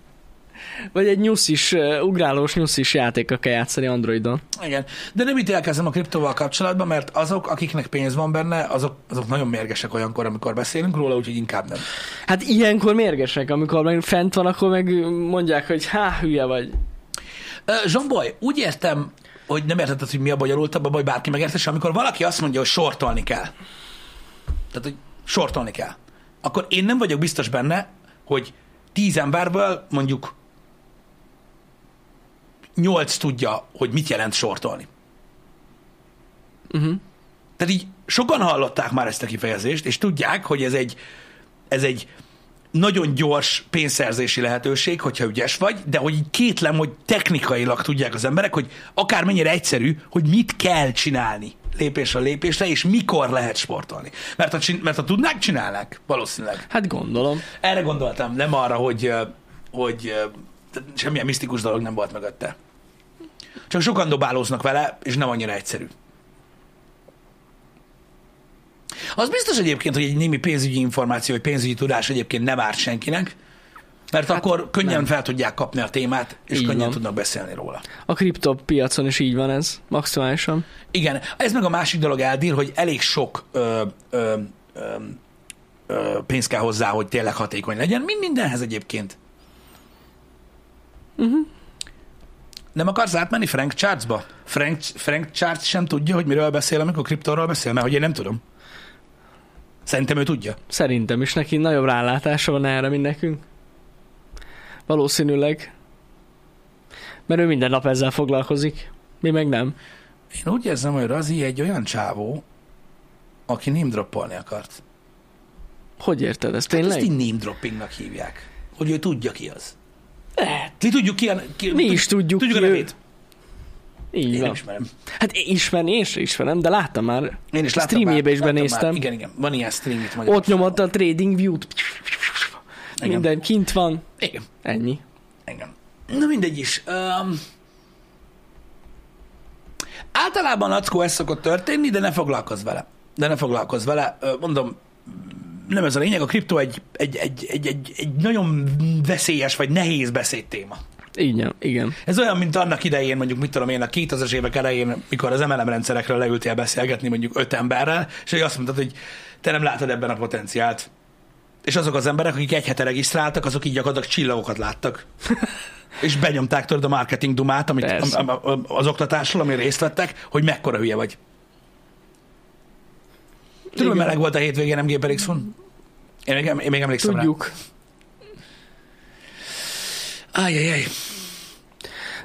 [SPEAKER 2] Vagy egy nyuszis, eh, ugrálós nyuszis játéka kell játszani Androidon.
[SPEAKER 1] Igen. De nem ítélkezem a kriptóval kapcsolatban, mert azok, akiknek pénz van benne, azok, azok nagyon mérgesek olyankor, amikor beszélünk róla, úgyhogy inkább nem.
[SPEAKER 2] Hát ilyenkor mérgesek, amikor meg fent van, akkor meg mondják, hogy há, hülye vagy.
[SPEAKER 1] Ö, Zsomboly, úgy értem, hogy nem értetted, hogy mi a bonyolultabb, a baj bárki megértesse, amikor valaki azt mondja, hogy sortolni kell. Tehát, hogy sortolni kell. Akkor én nem vagyok biztos benne, hogy tíz emberből mondjuk nyolc tudja, hogy mit jelent sortolni.
[SPEAKER 2] Uh-huh.
[SPEAKER 1] Tehát így sokan hallották már ezt a kifejezést, és tudják, hogy ez egy, ez egy nagyon gyors pénzszerzési lehetőség, hogyha ügyes vagy, de hogy így kétlem, hogy technikailag tudják az emberek, hogy akármennyire egyszerű, hogy mit kell csinálni lépésről lépésre, és mikor lehet sportolni. Mert ha, csin- mert ha tudnák, csinálnák, valószínűleg.
[SPEAKER 2] Hát gondolom.
[SPEAKER 1] Erre gondoltam, nem arra, hogy, ö, hogy ö, tehát semmilyen misztikus dolog nem volt mögötte. Csak sokan dobálóznak vele, és nem annyira egyszerű. Az biztos egyébként, hogy egy némi pénzügyi információ, vagy pénzügyi tudás egyébként nem árt senkinek, mert hát akkor könnyen nem. fel tudják kapni a témát, és
[SPEAKER 2] Így
[SPEAKER 1] könnyen
[SPEAKER 2] van.
[SPEAKER 1] tudnak beszélni róla.
[SPEAKER 2] A kriptopiacon is így van ez, maximálisan.
[SPEAKER 1] Igen, ez meg a másik dolog eldír, hogy elég sok ö, ö, ö, ö, pénz kell hozzá, hogy tényleg hatékony legyen, mint mindenhez egyébként. Uh-huh.
[SPEAKER 2] Mhm.
[SPEAKER 1] Nem akarsz átmenni Frank Chartsba? Frank, Frank Charts sem tudja, hogy miről beszél, amikor kriptóról beszél, mert hogy én nem tudom. Szerintem ő tudja.
[SPEAKER 2] Szerintem is neki nagyobb rálátása van erre, mint nekünk. Valószínűleg. Mert ő minden nap ezzel foglalkozik. Mi meg nem.
[SPEAKER 1] Én úgy érzem, hogy Razi egy olyan csávó, aki name droppolni akart.
[SPEAKER 2] Hogy érted ezt?
[SPEAKER 1] Hát
[SPEAKER 2] Tényleg?
[SPEAKER 1] ezt így name droppingnak hívják. Hogy ő tudja ki az.
[SPEAKER 2] Lehet.
[SPEAKER 1] Mi tudjuk ki, a- ki
[SPEAKER 2] Mi is tudjuk,
[SPEAKER 1] tudjuk a
[SPEAKER 2] ki ő.
[SPEAKER 1] nevét.
[SPEAKER 2] Így
[SPEAKER 1] Én
[SPEAKER 2] van.
[SPEAKER 1] nem ismerem.
[SPEAKER 2] Hát én ismerni, én sem ismerem, de láttam már.
[SPEAKER 1] Én is láttam
[SPEAKER 2] Streamjébe
[SPEAKER 1] már-
[SPEAKER 2] is
[SPEAKER 1] láttam
[SPEAKER 2] benéztem.
[SPEAKER 1] Már. Igen, igen, van ilyen stream itt
[SPEAKER 2] Ott
[SPEAKER 1] Magyarországon.
[SPEAKER 2] nyomott a Trading View-t.
[SPEAKER 1] Igen.
[SPEAKER 2] Minden kint van.
[SPEAKER 1] Igen,
[SPEAKER 2] Ennyi.
[SPEAKER 1] igen. Na mindegy is. Um, általában Lackó ez szokott történni, de ne foglalkozz vele. De ne foglalkozz vele. Ö, Mondom, nem ez a lényeg, a kriptó egy, egy, egy, egy, egy, egy nagyon veszélyes vagy nehéz beszédtéma.
[SPEAKER 2] Így van, igen.
[SPEAKER 1] Ez olyan, mint annak idején, mondjuk mit tudom én, a 2000-es évek elején, mikor az MLM rendszerekről leültél beszélgetni mondjuk öt emberrel, és hogy azt mondtad, hogy te nem látod ebben a potenciált. És azok az emberek, akik egy hete regisztráltak, azok így gyakorlatilag csillagokat láttak. és benyomták tudod a marketing dumát, amit,
[SPEAKER 2] Persze.
[SPEAKER 1] am, am, am, az oktatásról, amin részt vettek, hogy mekkora hülye vagy. Tudom,
[SPEAKER 2] Igen.
[SPEAKER 1] meleg volt a hétvégén nem GPX-on? Én még, én még emlékszem
[SPEAKER 2] Tudjuk.
[SPEAKER 1] rá. Ajajaj.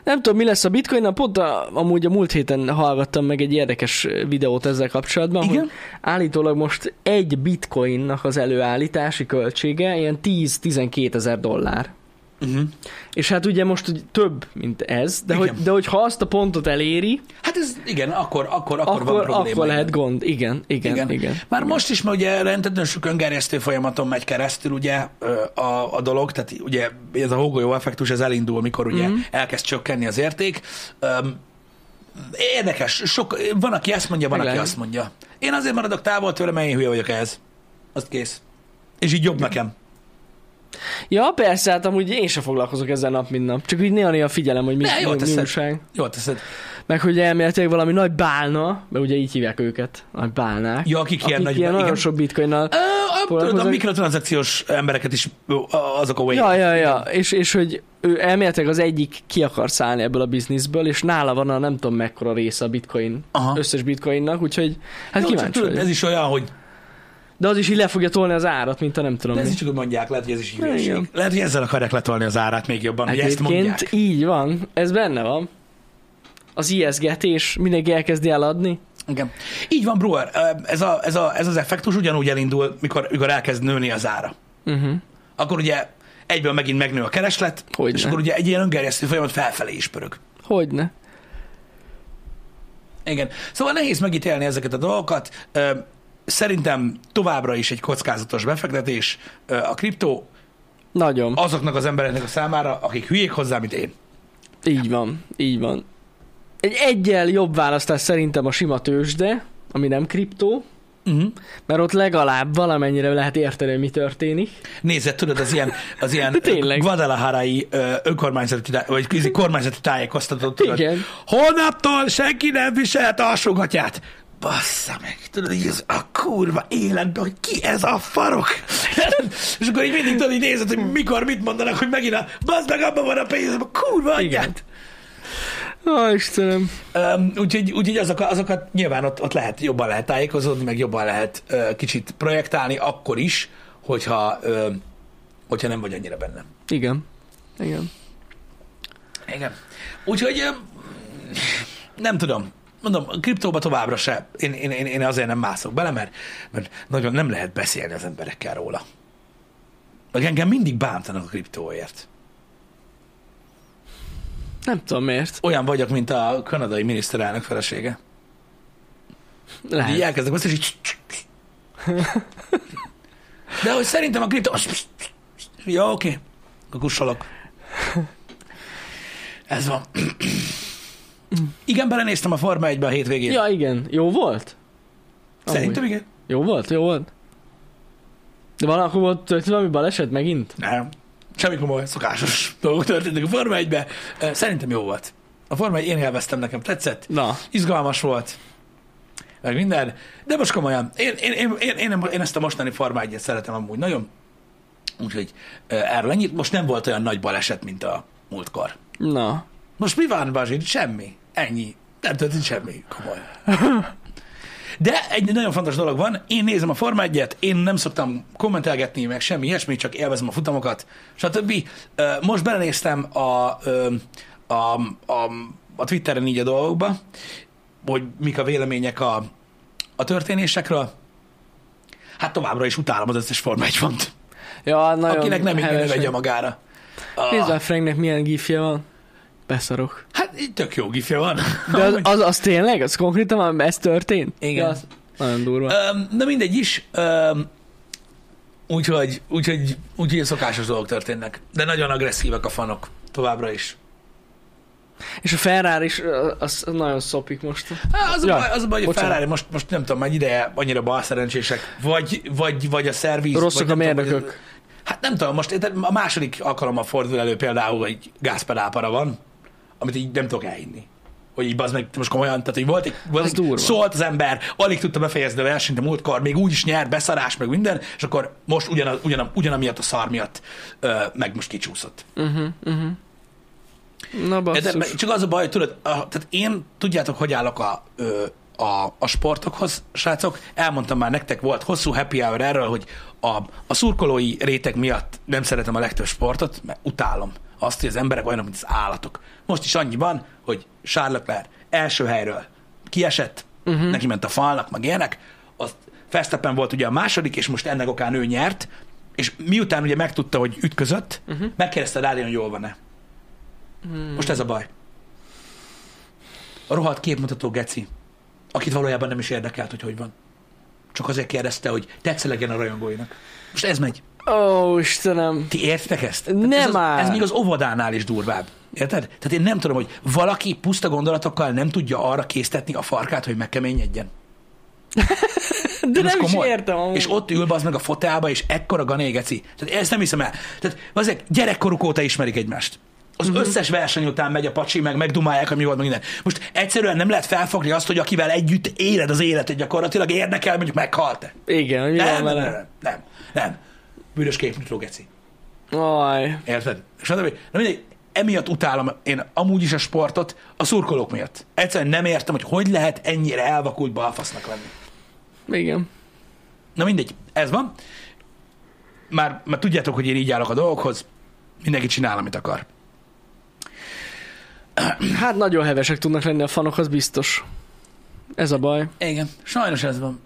[SPEAKER 2] Nem tudom, mi lesz a bitcoin pont a, amúgy a múlt héten hallgattam meg egy érdekes videót ezzel kapcsolatban,
[SPEAKER 1] Igen?
[SPEAKER 2] hogy állítólag most egy bitcoinnak az előállítási költsége ilyen 10-12 ezer dollár.
[SPEAKER 1] Uh-huh.
[SPEAKER 2] És hát ugye most ugye több, mint ez, de,
[SPEAKER 1] Igen.
[SPEAKER 2] hogy, de hogy ha azt a pontot eléri,
[SPEAKER 1] Hát ez igen, akkor, akkor, akkor,
[SPEAKER 2] akkor,
[SPEAKER 1] van
[SPEAKER 2] akkor,
[SPEAKER 1] probléma.
[SPEAKER 2] akkor
[SPEAKER 1] igen.
[SPEAKER 2] lehet gond. Igen, igen, igen. igen.
[SPEAKER 1] Már most is, mert ugye rendetlen sok öngerjesztő folyamaton megy keresztül ugye ö, a, a dolog, tehát ugye ez a hógolyó effektus, ez elindul, mikor ugye
[SPEAKER 2] Mhm.
[SPEAKER 1] mm. elkezd csökkenni az érték. Öm, érdekes, sok, van, aki ezt mondja, van, aki
[SPEAKER 2] Meglátjuk.
[SPEAKER 1] azt mondja. Én azért maradok távol tőle, mert én hülye vagyok ehhez. Azt kész. És így jobb nekem.
[SPEAKER 2] Ja, persze, hát amúgy én sem foglalkozok ezzel nap, mint nap. Csak úgy néha-néha figyelem, hogy mi,
[SPEAKER 1] Ne, jól
[SPEAKER 2] mi, mi
[SPEAKER 1] teszed.
[SPEAKER 2] újság.
[SPEAKER 1] Jól teszed.
[SPEAKER 2] meg hogy elméletileg valami nagy bálna, mert ugye így hívják őket, nagy bálnák.
[SPEAKER 1] Ja, akik ilyen nagy...
[SPEAKER 2] ilyen nagyon
[SPEAKER 1] igen.
[SPEAKER 2] sok bitcoinnal
[SPEAKER 1] Ö, a- tudod, a
[SPEAKER 2] foglalkoznak.
[SPEAKER 1] mikrotranszakciós embereket is, ö, azok a way.
[SPEAKER 2] Ja, ja, ja. És, és hogy ő elméletileg az egyik ki akar szállni ebből a bizniszből, és nála van a nem tudom mekkora része a bitcoin,
[SPEAKER 1] Aha.
[SPEAKER 2] Aha. összes bitcoinnak, úgyhogy hát
[SPEAKER 1] Jó, csak
[SPEAKER 2] Jó, kíváncsi
[SPEAKER 1] tudod,
[SPEAKER 2] tudod,
[SPEAKER 1] ez is olyan, hogy
[SPEAKER 2] De az is így le fogja tolni az árat, mint a nem tudom
[SPEAKER 1] de ez
[SPEAKER 2] mi.
[SPEAKER 1] is csak úgy mondják, lehet, hogy ez is így
[SPEAKER 2] Ja,
[SPEAKER 1] hülyeség.
[SPEAKER 2] igen.
[SPEAKER 1] Lehet, hogy ezzel akarják letolni az árát még jobban, hogy ezt mondják.
[SPEAKER 2] Egyébként így van, ez benne van. Az ijeszgetés, mindenki elkezdi eladni.
[SPEAKER 1] Igen. Így van, Brewer, Ö, ez, a, ez, a, ez az effektus ugyanúgy elindul, mikor, mikor elkezd nőni az ára. Mhm.
[SPEAKER 2] Uh-huh.
[SPEAKER 1] Akkor ugye egyből megint megnő a kereslet,
[SPEAKER 2] Hogyne.
[SPEAKER 1] és akkor ugye egy ilyen öngerjesztő folyamat felfelé is pörög.
[SPEAKER 2] Hogyne.
[SPEAKER 1] Igen. Szóval nehéz megítélni ezeket a dolgokat. Ö, Szerintem továbbra is egy kockázatos befektetés ö, a kriptó
[SPEAKER 2] Nagyon. A...
[SPEAKER 1] azoknak az embereknek a számára, akik hülyék hozzá, mint én.
[SPEAKER 2] Így van, így van. Egy egyel jobb választás szerintem a sima tőzsde, ami nem kriptó, Mhm.
[SPEAKER 1] Uh-huh.
[SPEAKER 2] mert ott legalább valamennyire lehet érteni, hogy mi történik.
[SPEAKER 1] Nézed, tudod, az ilyen, az ilyen
[SPEAKER 2] De tényleg.
[SPEAKER 1] Guadalajarai ö, önkormányzati, tá- vagy kvázi kormányzati tájékoztatót. Tudod.
[SPEAKER 2] Igen.
[SPEAKER 1] Holnaptól senki nem viselhet alsógatját. Bassza meg, tudod, így az a kurva életben, hogy ki ez a farok? És akkor így mindig tudod, így nézed, hogy mikor mit mondanak, hogy megint a bazd meg, abban van a pénzem, a kurva anyját.
[SPEAKER 2] Ó, Istenem.
[SPEAKER 1] Öm, úgyhogy, úgyhogy azok, azokat nyilván ott, ott lehet, jobban lehet tájékozódni, meg jobban lehet ö, kicsit projektálni, akkor is, hogyha, ö, hogyha nem vagy annyira benne.
[SPEAKER 2] Igen. Igen.
[SPEAKER 1] Igen. Úgyhogy ö, nem tudom. Mondom, a kriptóba továbbra se. Én, én, én, én azért nem mászok bele, mert, mert nagyon nem lehet beszélni az emberekkel róla. Meg engem mindig bántanak a kriptóért.
[SPEAKER 2] Nem tudom miért.
[SPEAKER 1] Olyan vagyok, mint a kanadai miniszterelnök felesége. Így
[SPEAKER 2] Lehet.
[SPEAKER 1] elkezdek beszélni, és így... De hogy szerintem a kriptó... Ja, oké. Akkor kussolok. Ez van. Igen, belenéztem a Forma 1-be a hétvégén.
[SPEAKER 2] Ja, igen. Jó volt?
[SPEAKER 1] Szerintem igen.
[SPEAKER 2] Amúgy. Jó volt, jó volt. De van, akkor volt történt valami baleset megint?
[SPEAKER 1] Nem. Semmi komoly, szokásos dolgok történtek a Forma 1-be. Ö, Szerintem jó volt. A Forma 1 én élveztem, nekem tetszett.
[SPEAKER 2] Na.
[SPEAKER 1] Izgalmas volt. Meg minden. De most komolyan, én, én, én, én, én, én ezt a mostani Forma 1-et szeretem amúgy nagyon. Úgyhogy ö, erről ennyit. Most nem volt olyan nagy baleset, mint a múltkor.
[SPEAKER 2] Na.
[SPEAKER 1] Most mi van, Bazsin? Semmi. Ennyi. Nem történt semmi. Komoly. De egy nagyon fontos dolog van, én nézem a Forma 1 én nem szoktam kommentelgetni, meg semmi ilyesmi, csak élvezem a futamokat, stb. Ö, Most belenéztem a, ö, a, a, a Twitteren így a dolgokba, hogy mik a vélemények a, a történésekről. Hát továbbra is utálom az összes Forma 1 font,
[SPEAKER 2] Ja, nagyon
[SPEAKER 1] akinek nem így
[SPEAKER 2] hevesen.
[SPEAKER 1] vegye magára. Ah,
[SPEAKER 2] Nézd már Franknek milyen gifje van. Beszarok.
[SPEAKER 1] hát így tök jó gifje van.
[SPEAKER 2] De az, az, az tényleg? Az konkrétan már ez történt?
[SPEAKER 1] Igen.
[SPEAKER 2] Ja, az nagyon durva.
[SPEAKER 1] Öm, Na mindegy is. öm, Úgyhogy, úgyhogy, úgyhogy szokásos dolgok történnek. De nagyon agresszívek a fanok továbbra is.
[SPEAKER 2] És a Ferrari is, ö, az nagyon szopik most.
[SPEAKER 1] Há, Hát, az, a
[SPEAKER 2] Ja,
[SPEAKER 1] baj, az a baj, hogy a
[SPEAKER 2] bocsánat.
[SPEAKER 1] Ferrari most, most nem tudom, mennyi ideje annyira bal szerencsések. Vagy, vagy, vagy a szerviz.
[SPEAKER 2] Rosszak
[SPEAKER 1] vagy
[SPEAKER 2] a
[SPEAKER 1] nem tudom,
[SPEAKER 2] mérnökök.
[SPEAKER 1] vagy- Hát nem tudom, most érted, a második alkalommal fordul elő például, hogy gázpedálpara van, amit így nem tudok elhinni. Hogy így bazd meg, most komolyan, tehát hogy volt egy,
[SPEAKER 2] Az
[SPEAKER 1] volt egy
[SPEAKER 2] durva.
[SPEAKER 1] szólt az ember, alig tudta befejezni a versenyt a múltkor, még úgy is nyert, beszarás, meg minden, és akkor most ugyanaz, ugyanam, ugyanamiatt a szar miatt ö, meg most kicsúszott.
[SPEAKER 2] Uh-huh, uh-huh. Na
[SPEAKER 1] Érted?
[SPEAKER 2] basszus.
[SPEAKER 1] Mert Csak az a baj, hogy tudod, a, tehát én tudjátok, hogy állok a, ö, a, a sportokhoz, srácok. Elmondtam már nektek, volt hosszú happy hour erről, hogy a, a szurkolói réteg miatt nem szeretem a legtöbb sportot, mert utálom azt, hogy az emberek olyanok, mint az állatok. Most is annyiban, hogy Charles Leclerc első helyről kiesett, uh-huh. neki ment a falnak, meg ilyenek, azt Fesztepen volt ugye a második, és most ennek okán ő nyert, és miután ugye megtudta, hogy ütközött, uh-huh. megkérdezte Dálion, hogy jól van-e. Most ez a baj. A rohadt képmutató geci, akit valójában nem is érdekelt, hogy hogy van. Csak azért kérdezte, hogy tetszelegjen a rajongóinak. Most ez megy.
[SPEAKER 2] Ó, Istenem.
[SPEAKER 1] Ti értitek ezt?
[SPEAKER 2] Nem
[SPEAKER 1] ez, az-
[SPEAKER 2] áll.
[SPEAKER 1] ez még az óvodánál is durvább. Érted? Tehát én nem tudom, hogy valaki puszta gondolatokkal nem tudja arra késztetni a farkát, hogy megkeményedjen.
[SPEAKER 2] De
[SPEAKER 1] Ez
[SPEAKER 2] nem is
[SPEAKER 1] komoly.
[SPEAKER 2] értem amúgy.
[SPEAKER 1] És ott ül az meg a fotelba, és ekkora ganégeci. Tehát ezt nem hiszem el. Tehát azért gyerekkoruk óta ismerik egymást. Az
[SPEAKER 2] Mhm.
[SPEAKER 1] uh-huh. összes verseny után megy a pacsi, meg megdumálják, ami volt, meg minden. Most egyszerűen nem lehet felfogni azt, hogy akivel együtt éled az életet gyakorlatilag, érdekel, mondjuk meghalt-e.
[SPEAKER 2] Igen, hogy mi van
[SPEAKER 1] Nem, nem,
[SPEAKER 2] vele?
[SPEAKER 1] nem, nem, nem. Bűnös képmutató, geci.
[SPEAKER 2] Aj,
[SPEAKER 1] Érted? És stb. Na mindegy, emiatt utálom én amúgy is a sportot a szurkolók miatt. Egyszerűen nem értem, hogy hogy lehet ennyire elvakult balfasznak lenni.
[SPEAKER 2] igen.
[SPEAKER 1] Na mindegy, ez van. Már, már tudjátok, hogy én így állok a dolgokhoz. Mindenki csinál, amit akar.
[SPEAKER 2] Hát nagyon hevesek tudnak lenni a fanok, az biztos. Ez a baj.
[SPEAKER 1] Igen, sajnos ez van.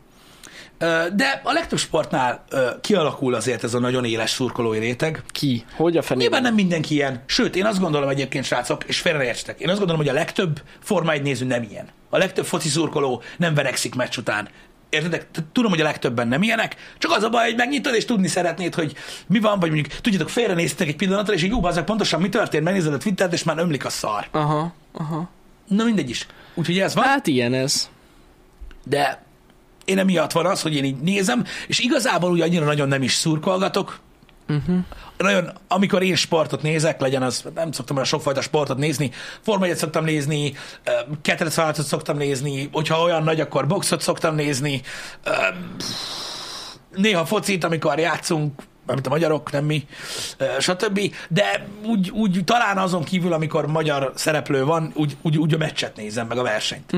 [SPEAKER 1] Ö, De a legtöbb sportnál ö, kialakul azért ez a nagyon éles szurkolói réteg.
[SPEAKER 2] Ki? Hogy a fenében?
[SPEAKER 1] Nyilván nem mindenki ilyen. Sőt, én azt gondolom egyébként, srácok, és félreértsetek, én azt gondolom, hogy a legtöbb Forma 1 néző nem ilyen. A legtöbb foci szurkoló nem verekszik meccs után. Értedek? Tehát Tudom, hogy a legtöbben nem ilyenek, csak az a baj, hogy megnyitod és tudni szeretnéd, hogy mi van, vagy mondjuk, tudjátok, félrenéztek egy pillanatra, és így jó, bazzak, pontosan mi történt, megnézed a Twittert, és már ömlik a szar.
[SPEAKER 2] Aha, aha.
[SPEAKER 1] Na mindegy is. Úgyhogy ez van.
[SPEAKER 2] Hát ilyen ez.
[SPEAKER 1] de én emiatt van az, hogy én így nézem, és igazából úgy annyira nagyon nem is szurkolgatok. Uh-huh. Nagyon, amikor én sportot nézek, legyen az, nem szoktam olyan sokfajta sportot nézni, Forma 1 szoktam nézni, ö, keterecváltot szoktam nézni, hogyha olyan nagy, akkor boxot szoktam nézni, ö, pff, néha focit, amikor játszunk, amit a magyarok, nem mi, ö, stb. De úgy, úgy talán azon kívül, amikor magyar szereplő van, úgy, úgy, úgy a meccset nézem, meg a versenyt.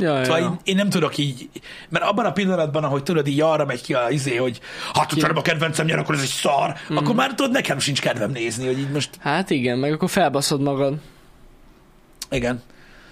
[SPEAKER 2] Ja,
[SPEAKER 1] Szóval
[SPEAKER 2] ja.
[SPEAKER 1] én, én nem tudok így, mert abban a pillanatban, ahogy tudod, így arra megy ki a izé, hogy hát, hogyha nem a kedvencem nyer, akkor ez egy szar, mm. akkor már tudod, nekem sincs kedvem nézni, hogy így most,
[SPEAKER 2] Hát igen, meg akkor felbaszod magad.
[SPEAKER 1] igen.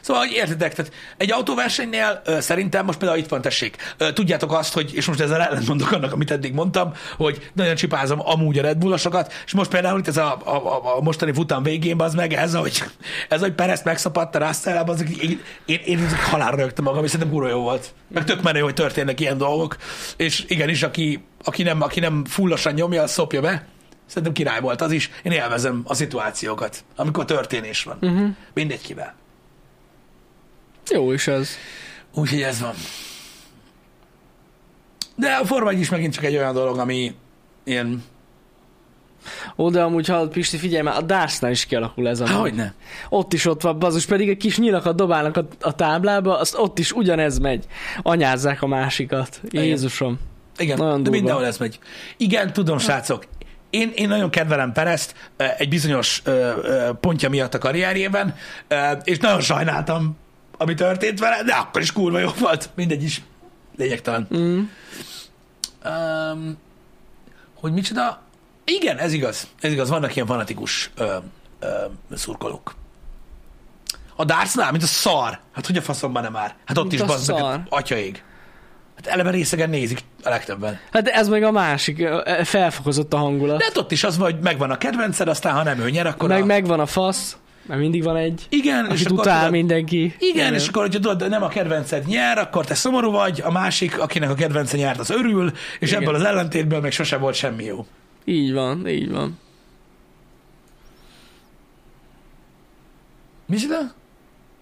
[SPEAKER 1] Szóval, hogy értitek, tehát egy autóversenynél ö, szerintem most például itt van, tessék, ö, tudjátok azt, hogy, és most ezzel ellentmondok annak, amit eddig mondtam, hogy nagyon csipázom amúgy a Red Bullosokat, és most például itt ez a, a, a, a mostani futam végén, az meg ez, hogy, ez, hogy Perezt megszapadta Russell, az, én, én, én halálra rögtem magam, és szerintem kurva jó volt. Meg tök menő, hogy történnek ilyen dolgok, és igenis, aki, aki, nem, aki nem fullosan nyomja, az szopja be. Szerintem király volt az is. Én élvezem a szituációkat, amikor történés van.
[SPEAKER 2] Mhm.
[SPEAKER 1] Uh-huh. Mindegy kivel.
[SPEAKER 2] Jó is ez.
[SPEAKER 1] Úgyhogy ez van. De a Forma 1 is megint csak egy olyan dolog, ami ilyen...
[SPEAKER 2] Ó, de amúgy hallod, Pisti, figyelj már, a Dásznál is kialakul ez a
[SPEAKER 1] Há, ne.
[SPEAKER 2] Ott is ott van, bazus, pedig egy kis nyilakat dobálnak a, a táblába, azt ott is ugyanez megy. Anyázzák a másikat. Jézusom.
[SPEAKER 1] Igen,
[SPEAKER 2] Nagyon
[SPEAKER 1] de
[SPEAKER 2] durva.
[SPEAKER 1] mindenhol ez megy. Igen, tudom, srácok. Én, én nagyon kedvelem Perezt eh, egy bizonyos ö, ö, pontja miatt a karrierjében, ö, és nagyon sajnáltam, ami történt vele, de akkor is kurva jó volt. Mindegy is. Lényegtelen.
[SPEAKER 2] Mm.
[SPEAKER 1] Um, hogy micsoda? Igen, ez igaz. Ez igaz, vannak ilyen fanatikus ö, ö, szurkolók. A Dartsnál, mint a szar. Hát hogy a faszomban nem már? Hát ott
[SPEAKER 2] Mint
[SPEAKER 1] is
[SPEAKER 2] a
[SPEAKER 1] bazzak,
[SPEAKER 2] szar.
[SPEAKER 1] hát atyaég. Hát eleve részegen nézik a legtöbben.
[SPEAKER 2] Hát ez meg a másik, ö, ö, felfokozott a hangulat.
[SPEAKER 1] De hát ott is az van, hogy megvan a kedvenced, aztán ha nem ő nyer, akkor
[SPEAKER 2] Meg
[SPEAKER 1] a...
[SPEAKER 2] megvan a fasz, mert mindig van egy,
[SPEAKER 1] Igen, és
[SPEAKER 2] akit
[SPEAKER 1] akkor
[SPEAKER 2] utál
[SPEAKER 1] tudod-
[SPEAKER 2] mindenki.
[SPEAKER 1] Igen, és akkor, hogyha tudod, nem a kedvenced nyer, akkor te szomorú vagy, a másik, akinek a kedvence nyert, az örül, és
[SPEAKER 2] Igen.
[SPEAKER 1] ebből az ellentétből meg sose volt semmi jó.
[SPEAKER 2] Így van, így van.
[SPEAKER 1] Micsoda?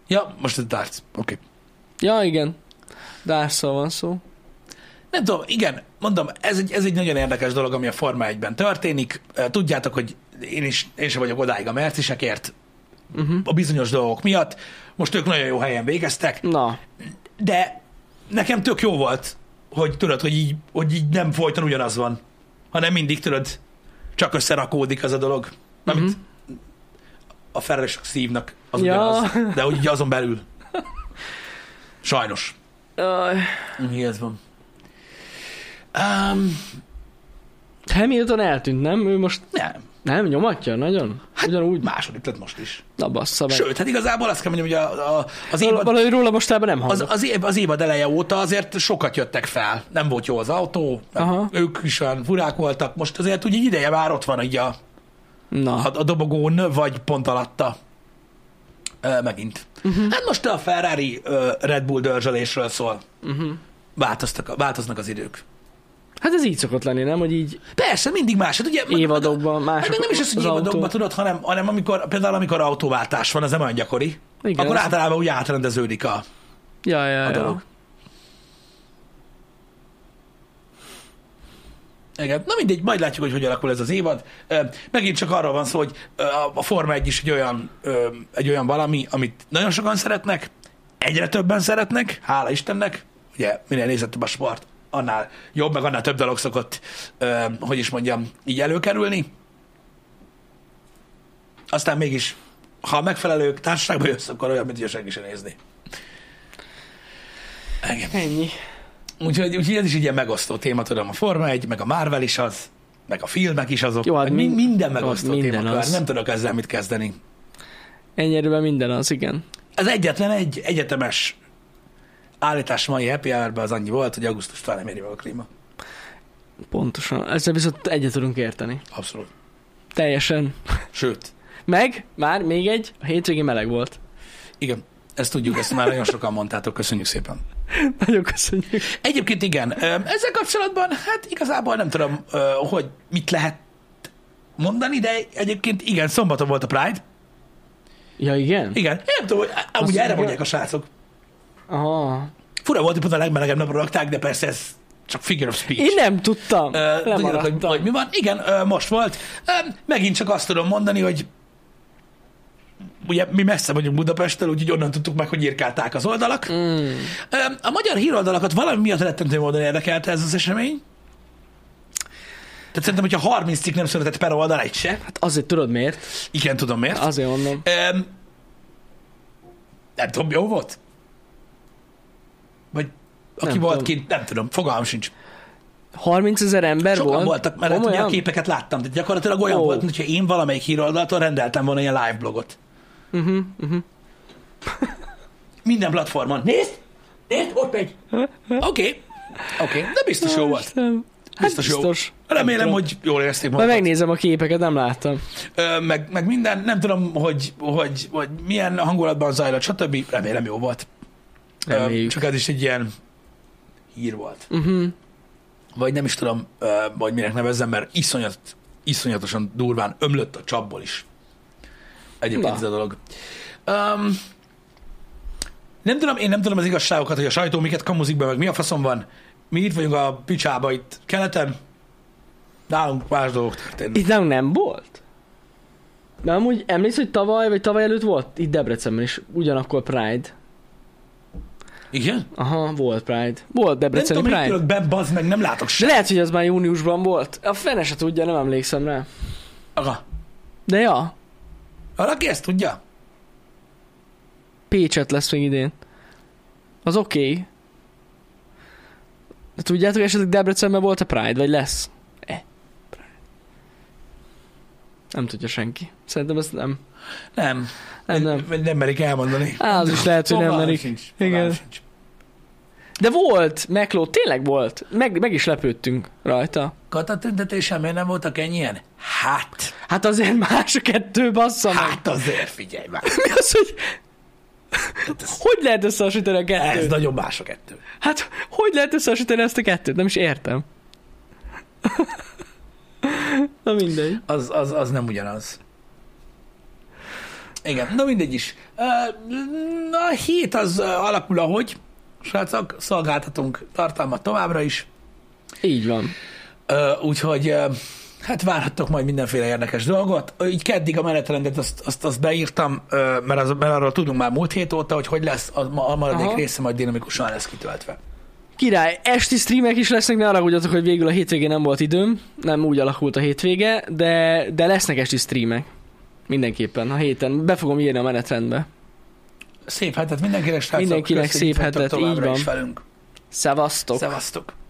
[SPEAKER 1] Ja, most ez darts. Oké. Okay.
[SPEAKER 2] Ja, igen. Dásszal van szó.
[SPEAKER 1] Nem tudom, igen, mondom, ez egy, ez egy nagyon érdekes dolog, ami a Forma 1-ben történik. Eh, Tudjátok, hogy én is én sem vagyok odáig a mercisekért uh-huh. a bizonyos dolgok miatt. Most ők nagyon jó helyen végeztek,
[SPEAKER 2] Na,
[SPEAKER 1] de nekem tök jó volt, hogy tudod, hogy így, hogy így nem folyton ugyanaz van, hanem mindig tudod, csak összerakódik az a dolog, amit uh-huh. a ferresek szívnak az
[SPEAKER 2] Ja.
[SPEAKER 1] ugyanaz, de hogy így azon belül. Sajnos.
[SPEAKER 2] Aj.
[SPEAKER 1] Úgyhogy ez van. Um,
[SPEAKER 2] Hamilton eltűnt, nem? Ő most
[SPEAKER 1] nem.
[SPEAKER 2] nem nyomatja nagyon? Hát, Ugyanúgy?
[SPEAKER 1] Második lett most is.
[SPEAKER 2] Na bassza meg.
[SPEAKER 1] Sőt, hát igazából azt kell mondjam, hogy a, a, az,
[SPEAKER 2] Val-
[SPEAKER 1] évad,
[SPEAKER 2] Valahogy róla mostában nem
[SPEAKER 1] az,
[SPEAKER 2] hallok.
[SPEAKER 1] az, év, az évad eleje óta azért sokat jöttek fel. Nem volt jó az autó,
[SPEAKER 2] Aha.
[SPEAKER 1] ők is olyan furák voltak. Most azért úgy egy ideje már ott van így a,
[SPEAKER 2] Na,
[SPEAKER 1] a, a dobogón, vagy pont alatta. Ö, megint. Uh-huh. Hát most a Ferrari ö, Red Bull dörzsölésről szól.
[SPEAKER 2] Mhm.
[SPEAKER 1] Változtak, a- változnak az idők.
[SPEAKER 2] hát ez így szokott lenni, nem? Hogy így
[SPEAKER 1] Persze, mindig más. Hát ugye,
[SPEAKER 2] évadokban
[SPEAKER 1] Hát
[SPEAKER 2] mások
[SPEAKER 1] meg nem is az, hogy
[SPEAKER 2] az autó.
[SPEAKER 1] évadokban tudod, hanem, hanem amikor, például amikor autóváltás van, ez nem olyan gyakori.
[SPEAKER 2] Igen,
[SPEAKER 1] Igen, akkor
[SPEAKER 2] az-
[SPEAKER 1] általában úgy átrendeződik a,
[SPEAKER 2] Ja, ja,
[SPEAKER 1] a
[SPEAKER 2] ja.
[SPEAKER 1] dolog. Igen. Na mindegy, majd látjuk, hogy hogy alakul ez az évad. Ö, Megint csak arról van szó, hogy ö, a- a Forma 1 is egy olyan, ö, egy olyan valami, amit nagyon sokan szeretnek, egyre többen szeretnek, hála Istennek. Ugye minél nézettebb a sport, annál jobb, meg annál több dolog szokott, ö, hogy is mondjam, így előkerülni. Aztán mégis, ha a megfelelők társaságba jössz, akkor olyan, mint hogy senki sem nézni. Igen.
[SPEAKER 2] Ennyi.
[SPEAKER 1] Úgyhogy, úgyhogy ez is egy ilyen megosztó téma, tudom, a Forma 1, meg a Marvel is az, meg a filmek is azok,
[SPEAKER 2] Jó, hát
[SPEAKER 1] meg min-
[SPEAKER 2] min-
[SPEAKER 1] minden
[SPEAKER 2] jó,
[SPEAKER 1] megosztó
[SPEAKER 2] minden
[SPEAKER 1] minden témakör,
[SPEAKER 2] az.
[SPEAKER 1] nem tudok ezzel mit kezdeni.
[SPEAKER 2] Ennyi erőben minden az, igen.
[SPEAKER 1] Az egyetlen egy egyetemes állítás mai happy hour az annyi volt, hogy augusztustól nem éri meg a klíma.
[SPEAKER 2] Pontosan. Ezzel viszont egyet tudunk érteni.
[SPEAKER 1] Abszolút.
[SPEAKER 2] Teljesen.
[SPEAKER 1] Sőt,
[SPEAKER 2] Meg, már még egy, a hétvégén meleg volt.
[SPEAKER 1] igen, ezt tudjuk, ezt már nagyon sokan mondtátok, köszönjük szépen.
[SPEAKER 2] Nagyon köszönjük.
[SPEAKER 1] Egyébként igen, ö, ezzel kapcsolatban hát igazából nem tudom, ö, hogy mit lehet mondani, de egyébként igen, szombaton volt a Pride.
[SPEAKER 2] Ja, igen?
[SPEAKER 1] Igen, én nem tudom, hogy á, amúgy erre
[SPEAKER 2] mondja-
[SPEAKER 1] mondják a srácok.
[SPEAKER 2] Aha.
[SPEAKER 1] Fura volt, hogy pont a legmelegebb napra rakták, de persze ez csak figure of speech.
[SPEAKER 2] Én nem tudtam.
[SPEAKER 1] Ö, tudjátok, hogy,
[SPEAKER 2] Lemaradtam.
[SPEAKER 1] hogy mi van? Igen, ö, most volt. Ö, megint csak azt tudom mondani, hogy ugye mi messze vagyunk Budapesttől, úgyhogy onnan tudtuk meg, hogy írkálták az oldalak. Mm.
[SPEAKER 2] Mm.
[SPEAKER 1] A magyar híroldalakat valami miatt rettentő módon érdekelte ez az esemény. Tehát szerintem, hogyha 30 cikk nem született per oldal, egy se.
[SPEAKER 2] Hát azért tudod miért?
[SPEAKER 1] Igen, tudom miért.
[SPEAKER 2] Azért mondom.
[SPEAKER 1] Öm, nem tudom, jó volt? Vagy aki
[SPEAKER 2] Nem
[SPEAKER 1] volt
[SPEAKER 2] tudom.
[SPEAKER 1] kint, nem tudom, fogalmam sincs.
[SPEAKER 2] 30 ezer ember
[SPEAKER 1] Sokan
[SPEAKER 2] volt.
[SPEAKER 1] voltak, mert hát ugye a
[SPEAKER 2] Komolyan?
[SPEAKER 1] képeket láttam, de gyakorlatilag olyan
[SPEAKER 2] Ó.
[SPEAKER 1] volt, mintha én valamelyik híroldaltól rendeltem volna ilyen live blogot.
[SPEAKER 2] Uh-huh, uh-huh.
[SPEAKER 1] Minden platformon. Nézd! Nézd, ott megy! Oké. Oké, de biztos jó volt.
[SPEAKER 2] Istenem. Hát
[SPEAKER 1] Biztos
[SPEAKER 2] biztos.
[SPEAKER 1] jó.
[SPEAKER 2] biztos.
[SPEAKER 1] Remélem, hogy jól érezték
[SPEAKER 2] Majd
[SPEAKER 1] magukat.
[SPEAKER 2] megnézem a képeket, nem láttam.
[SPEAKER 1] Ö, Meg, meg minden, nem tudom, hogy, hogy, hogy milyen hangulatban zajlott, stb. Remélem jó volt. Ö,
[SPEAKER 2] Reméljük.
[SPEAKER 1] Csak ez is egy ilyen hír volt.
[SPEAKER 2] Uh-huh.
[SPEAKER 1] vagy nem is tudom, ö, vagy minek nevezzem, mert iszonyat, iszonyatosan durván ömlött a csapból is. Egyébként
[SPEAKER 2] Na.
[SPEAKER 1] ez a dolog. Um, nem tudom, én nem tudom az igazságokat, hogy a sajtó miket kamuzik be, meg mi a faszom van. Mi itt vagyunk a picsába itt keleten, nálunk más dolgok történnek.
[SPEAKER 2] Itt nem, nem volt? De amúgy emlékszel, hogy tavaly, vagy tavaly előtt volt? Itt Debrecenben is, ugyanakkor Pride.
[SPEAKER 1] Igen?
[SPEAKER 2] Aha, volt Pride.
[SPEAKER 1] Nem
[SPEAKER 2] Volt Debreceni
[SPEAKER 1] tudom, mit
[SPEAKER 2] Pride.
[SPEAKER 1] tudok be, bazd meg, nem látok
[SPEAKER 2] De
[SPEAKER 1] semmit.
[SPEAKER 2] lehet, hogy az már júniusban volt. A fene se tudja, nem emlékszem rá.
[SPEAKER 1] Aha.
[SPEAKER 2] De ja,
[SPEAKER 1] Valaki ezt tudja?
[SPEAKER 2] Pécset lesz még idén. Az oké. Okay. De tudjátok, esetleg Debrecenben volt a Pride, vagy lesz? E. Pride. Nem tudja senki. Szerintem ezt nem.
[SPEAKER 1] Nem.
[SPEAKER 2] Nem, nem.
[SPEAKER 1] Vagy nem merik elmondani.
[SPEAKER 2] Á, az is lehet, hogy nem
[SPEAKER 1] Fogalmam
[SPEAKER 2] merik.
[SPEAKER 1] Szóval sincs, fogalmam
[SPEAKER 2] Igen.
[SPEAKER 1] sincs.
[SPEAKER 2] De volt, Mekló, tényleg volt. Meg, meg is lepődtünk rajta.
[SPEAKER 1] Kata tüntetésen miért nem voltak ennyien? Hát,
[SPEAKER 2] Hát azért más a kettő, bassza meg.
[SPEAKER 1] hát azért figyelj már.
[SPEAKER 2] Mi az, hogy...
[SPEAKER 1] Hát ez,
[SPEAKER 2] Hogy lehet összehasonlítani a kettőt?
[SPEAKER 1] ez nagyon más a kettő.
[SPEAKER 2] Hát, hogy lehet összehasonlítani ezt a kettőt? Nem is értem. Na mindegy.
[SPEAKER 1] Az, az, az nem ugyanaz. Igen, na mindegy is. Ö, Na, a hét az ö, alakul, ahogy. Srácok, szolgáltatunk tartalmat továbbra is.
[SPEAKER 2] Így van.
[SPEAKER 1] Ö, Úgyhogy ö, hát várhattok majd mindenféle érdekes dolgot. Ö, Így keddig a menetrendet azt, azt, azt beírtam, ö, mert, az, mert arról tudunk már múlt hét óta, hogy hogy lesz a, ma- a maradék
[SPEAKER 2] Aha.
[SPEAKER 1] része majd dinamikusan lesz kitöltve.
[SPEAKER 2] Király, esti streamek is lesznek, ne haragudjatok, hogy végül a hétvégén nem volt időm, nem úgy alakult a hétvége, de, de lesznek esti streamek. Mindenképpen, a héten. Be fogom írni a menetrendbe.
[SPEAKER 1] Szép hetet mindenkinek, srácok.
[SPEAKER 2] Mindenkinek
[SPEAKER 1] Köszönjük,
[SPEAKER 2] szép
[SPEAKER 1] hogy vagytok
[SPEAKER 2] hetet, így
[SPEAKER 1] továbbra
[SPEAKER 2] van.
[SPEAKER 1] Is velünk.
[SPEAKER 2] Szevasztok!
[SPEAKER 1] Szevasztok.